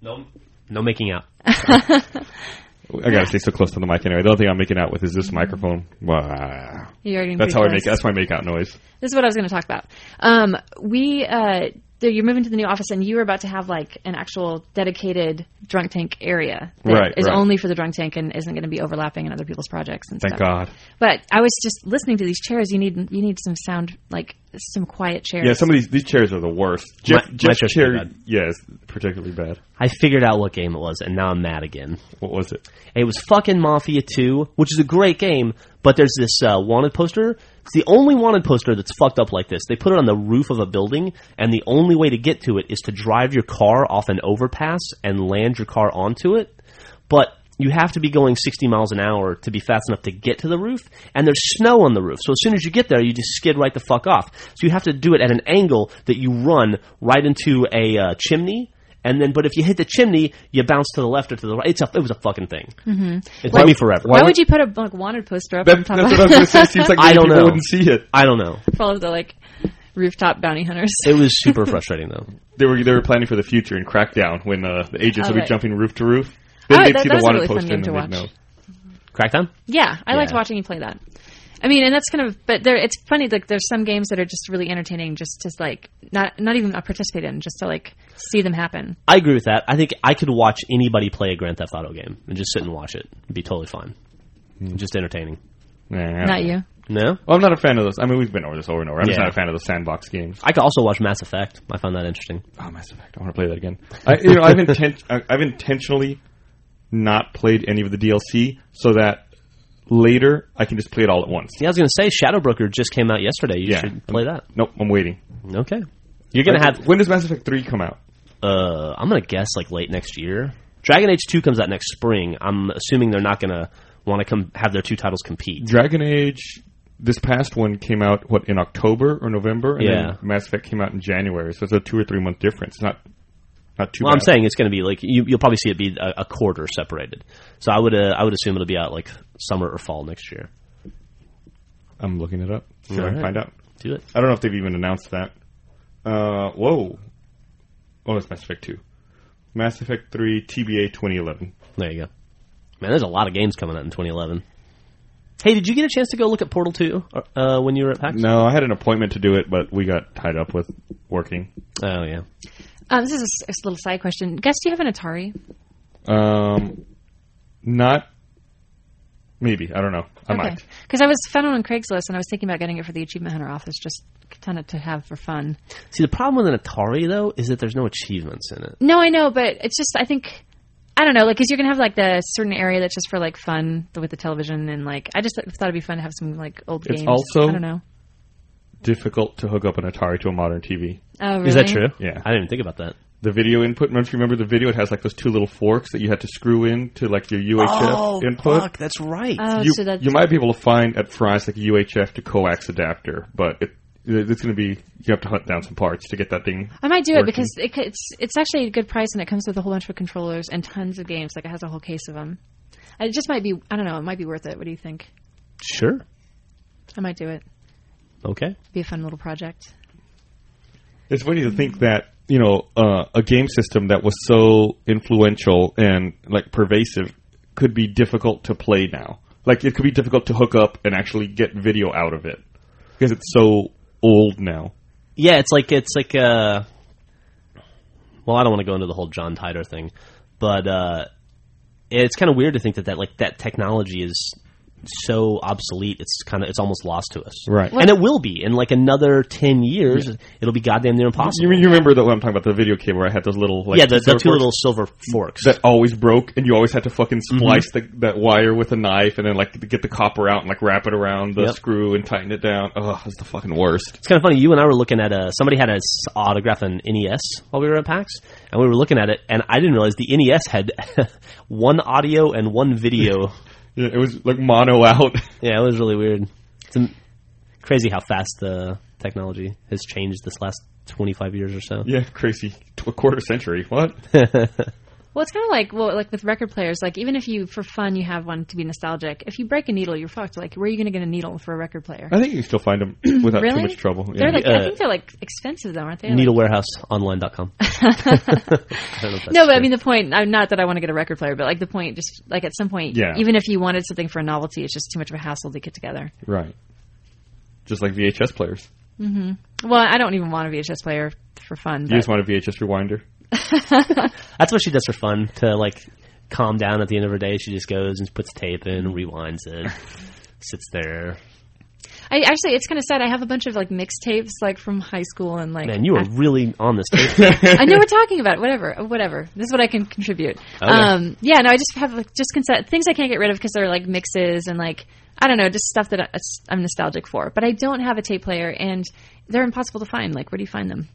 B: No, no making out.
C: I gotta stay so close to the mic anyway. The only thing I'm making out with is this microphone. Wow.
D: You already
C: That's how I make.
D: it.
C: That's my make out noise.
D: This is what I was going to talk about. Um, we, uh, th- you're moving to the new office, and you were about to have like an actual dedicated drunk tank area that
C: Right,
D: is
C: right.
D: only for the drunk tank and isn't going to be overlapping in other people's projects and
C: Thank
D: stuff.
C: God.
D: But I was just listening to these chairs. You need you need some sound, like some quiet chairs.
C: Yeah, some of these these chairs are the worst. Jeff,
B: My- my
C: Jeff's
B: chair's
C: chair,
B: pretty
C: yes, particularly bad.
B: I figured out what game it was, and now I'm mad again.
C: What was it?
B: It was fucking Mafia 2, which is a great game, but there's this uh, wanted poster. It's the only wanted poster that's fucked up like this. They put it on the roof of a building, and the only way to get to it is to drive your car off an overpass and land your car onto it. But you have to be going 60 miles an hour to be fast enough to get to the roof, and there's snow on the roof. So as soon as you get there, you just skid right the fuck off. So you have to do it at an angle that you run right into a uh, chimney. And then, but if you hit the chimney, you bounce to the left or to the right. It's a, it was a fucking thing. It took me forever.
D: Mm-hmm. Why, would you put a like wanted poster up on
C: That,
D: top
C: that's what I
D: of
C: was gonna say. It seems like
B: I
C: many
B: don't
C: people
B: know.
C: wouldn't see it.
B: I don't know.
D: for all of the like rooftop bounty hunters?
B: It was super frustrating though.
C: They were they were planning for the future in Crackdown when uh, the agents
D: Oh,
C: will be
D: right.
C: jumping roof to roof.
D: Oh,
C: they'd
D: that- that was a
C: wanted
D: really fun game
C: and
D: to
C: then they'd know.
D: watch.
B: Crackdown?
D: Yeah, I liked
B: Yeah.
D: watching you play that. I mean, and that's kind of, but there, it's funny. Like, there's some games that are just really entertaining, just to like not, not even participate in, just to like see them happen.
B: I agree with that. I think I could watch anybody play a Grand Theft Auto game and just sit and watch it. It'd be totally fine. Just entertaining.
C: Nah,
D: Not you.
B: No?
C: Well, I'm not a fan of those. I mean, we've been over this over and over. I'm just
B: Yeah.
C: not a fan of those sandbox games.
B: I could also watch Mass Effect. I found that interesting.
C: Oh, Mass Effect. I want to play that again. I, you know, I've inten- I- I've intentionally not played any of the DLC so that later I can just play it all at once.
B: Yeah, I was going to say Shadow Broker just came out yesterday. You
C: Yeah.
B: should play that.
C: Nope, I'm waiting.
B: Okay. You're going to have
C: when does Mass Effect Three come out?
B: uh I'm going to guess like late next year. Dragon Age 2 comes out next spring. I'm assuming they're not going to want to come have their two titles compete.
C: Dragon Age. This past one came out what in October or November, and
B: Yeah.
C: then Mass Effect came out in January. So it's a two or three month difference. It's not not too.
B: Well, I'm
C: bad.
B: saying it's going to be like you, you'll probably see it be a, a quarter separated. So I would uh, I would assume it'll be out like summer or fall next year.
C: I'm looking it up. See if I
B: Alright.
C: can find out.
B: Do it.
C: I don't know if they've even announced that. Uh, whoa. Oh, it's Mass Effect 2. Mass Effect 3 TBA 2011.
B: There you go. Man, there's a lot of games coming out in 2011. Hey, did you get a chance to go look at Portal 2 uh, when you were at PAX?
C: No, I had an appointment to do it, but we got tied up with working.
B: Oh yeah.
D: Um, this is a s- a, s- little side question. Guess do you have an Atari?
C: Um, not. Maybe. I don't know. I might.
D: Because I was found one on Craigslist, and I was thinking about getting it for the Achievement Hunter office, just kind of to have for fun.
B: See, the problem with an Atari though is that there's no achievements in it.
D: No, I know, but it's just I think I don't know, like, because you're gonna have like the certain area that's just for like fun with the television, and like I just thought it'd be fun to have some like old
C: It's
D: games.
C: also-
D: I don't know.
C: Difficult to hook up an Atari to a modern TV.
D: Oh,
B: Is that true?
D: really?
C: Yeah.
B: I didn't even think about that.
C: The video input. Remember, if you remember the video? It has like those two little forks that you had to screw in to like your UHF input.
B: Oh, fuck, that's right.
D: Oh,
C: you,
D: so that's
C: you might be able to find at Fry's like a UHF to coax adapter, but it, it's going to be you have to hunt down some parts to get that thing.
D: I might do it
C: working.
D: because it, c- it's it's actually a good price and it comes with a whole bunch of controllers and tons of games. Like it has a whole case of them. It just might be. I don't know. It might be worth it. What do you think?
B: sure.
D: I might do it.
B: Okay.
D: Be a fun little project.
C: It's funny to think that you know uh, a game system that was so influential and like pervasive could be difficult to play now. Like it could be difficult to hook up and actually get video out of it because it's so old now.
B: Yeah, it's like it's like uh well, I don't want to go into the whole John Titor thing, but uh it's kind of weird to think that that like that technology is so obsolete. It's kind of it's almost lost to us.
C: Right.
B: And it will be in like another 10 years, it'll be goddamn near impossible.
C: You, you remember that what I'm talking about the video cable? Where I had those little like
B: yeah, the, the
C: silver
B: two
C: forks?
B: little Mm-hmm. silver forks.
C: that always broke, and you always had to fucking splice the, that wire with a knife, and then like get the copper out and like wrap it around the
B: Yep.
C: screw and tighten it down. Ugh, it's the fucking worst.
B: it's kind of funny. You and I were looking at a somebody had a s- autograph an NES while we were at PAX, and we were looking at it, and I didn't realize the NES had one audio and one video.
C: Yeah, it was like mono out.
B: yeah, it was really weird. It's am- crazy how fast the technology has changed this last twenty five years or so.
C: yeah, crazy. Tw- A quarter century. What?
D: Well, it's kind of like well, like with record players. Like even if you, for fun, you have one to be nostalgic. If you break a needle, you're fucked. Like where are you going to get a needle for a record player?
C: I think you can still find them without
D: Really?
C: too much trouble.
D: They're
C: Yeah.
D: like
B: Uh,
D: I think they're like expensive though, aren't they? Like-
B: Needlewwarehouseonline.com. I don't know if that's
D: no, but I
B: true.
D: mean the point. I'm not that I want to get a record player, but like the point, just like at some point,
C: Yeah.
D: Even if you wanted something for a novelty, it's just too much of a hassle to get together.
C: right. Just like VHS players.
D: Well, I don't even want a VHS player for fun.
C: You
D: But,
C: just want a VHS rewinder.
B: That's what she does for fun to like calm down at the end of her day. She just goes and puts tape in, rewinds it, sits there.
D: I actually, it's kind of sad. I have a bunch of like mixtapes, like from high school and like.
B: Man, you are really on this tape.
D: I know we're talking about it. whatever, uh, whatever. This is what I can contribute. Um, yeah, no, I just have like just consent, things I can't get rid of because they're like mixes and like I don't know, just stuff that I, uh, I'm nostalgic for. But I don't have a tape player, and they're impossible to find. Like, where do you find them?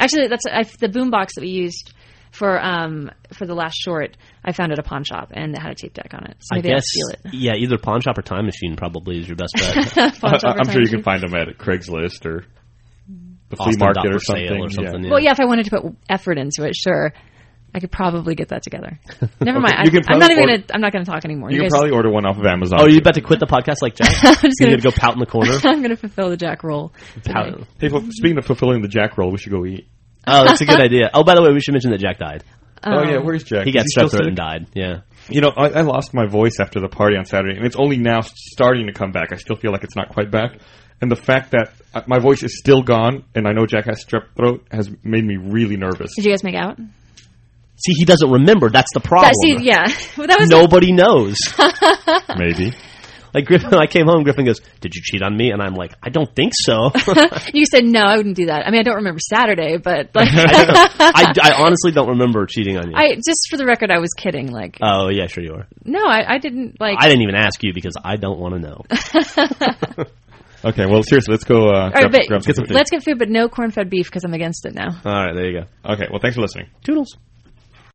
D: Actually, that's I, the boombox that we used for um for the last short. I found at a pawn shop, and it had a tape deck on it. So
B: I
D: maybe I'll
B: guess.
D: steal it.
B: Yeah, either pawn shop or time machine probably is your best bet.
D: Pawn shop or
C: I'm
D: time
C: sure you
D: machine.
C: can find them at Craigslist or the flea
B: Austin
C: market
B: dot
C: or
B: for sale
C: something.
B: or something,
C: Yeah.
B: yeah.
D: Well, yeah, if I wanted to put effort into it, sure. I could probably get that together. Never mind.
C: You can
D: I, am not
C: probably
D: even.
C: order-
D: Gonna, I'm not going to talk anymore.
C: You can
D: guys-
C: probably order one off of Amazon.
B: Oh, you about to quit the podcast like Jack?
D: I'm just
B: You're
D: gonna
B: gonna go pout in the corner.
D: I'm going to fulfill the Jack role.
B: Pout.
D: today.
C: Hey, well, speaking of fulfilling the Jack role, we should go eat.
B: Oh, that's a good idea. Oh, by the way, we should mention that Jack died.
C: oh yeah,
D: um,
C: where's Jack?
B: He
C: Is
B: got strep
C: still
B: throat
C: sick?
B: and died. Yeah.
C: You know, I, I lost my voice after the party on Saturday, and it's only now starting to come back. I still feel like it's not quite back. And the fact that uh, my voice is still gone, and I know Jack has strep throat, has made me really nervous.
D: Did you guys make out?
B: See, he doesn't remember. That's the problem.
D: That, see, yeah. Well, that was
B: Nobody knows.
C: Maybe.
B: Like Griffin, I came home. Griffin goes, "Did you cheat on me?" And I'm like, "I don't think so."
D: you said no. I wouldn't do that. I mean, I don't remember Saturday, but like,
B: I, I honestly don't remember cheating on you.
D: I just for the record, I was kidding. Like,
C: Uh,
B: oh yeah, sure you are.
D: no, I, I didn't. Like,
B: I didn't even ask you because I don't want to know.
C: Okay, well, seriously, let's go uh,
D: all
C: grab,
D: right, but
C: grab some food.
D: let's get food, but no corn-fed beef because I'm against it now.
B: All right, there you go.
C: Okay, well, thanks for listening.
B: Toodles.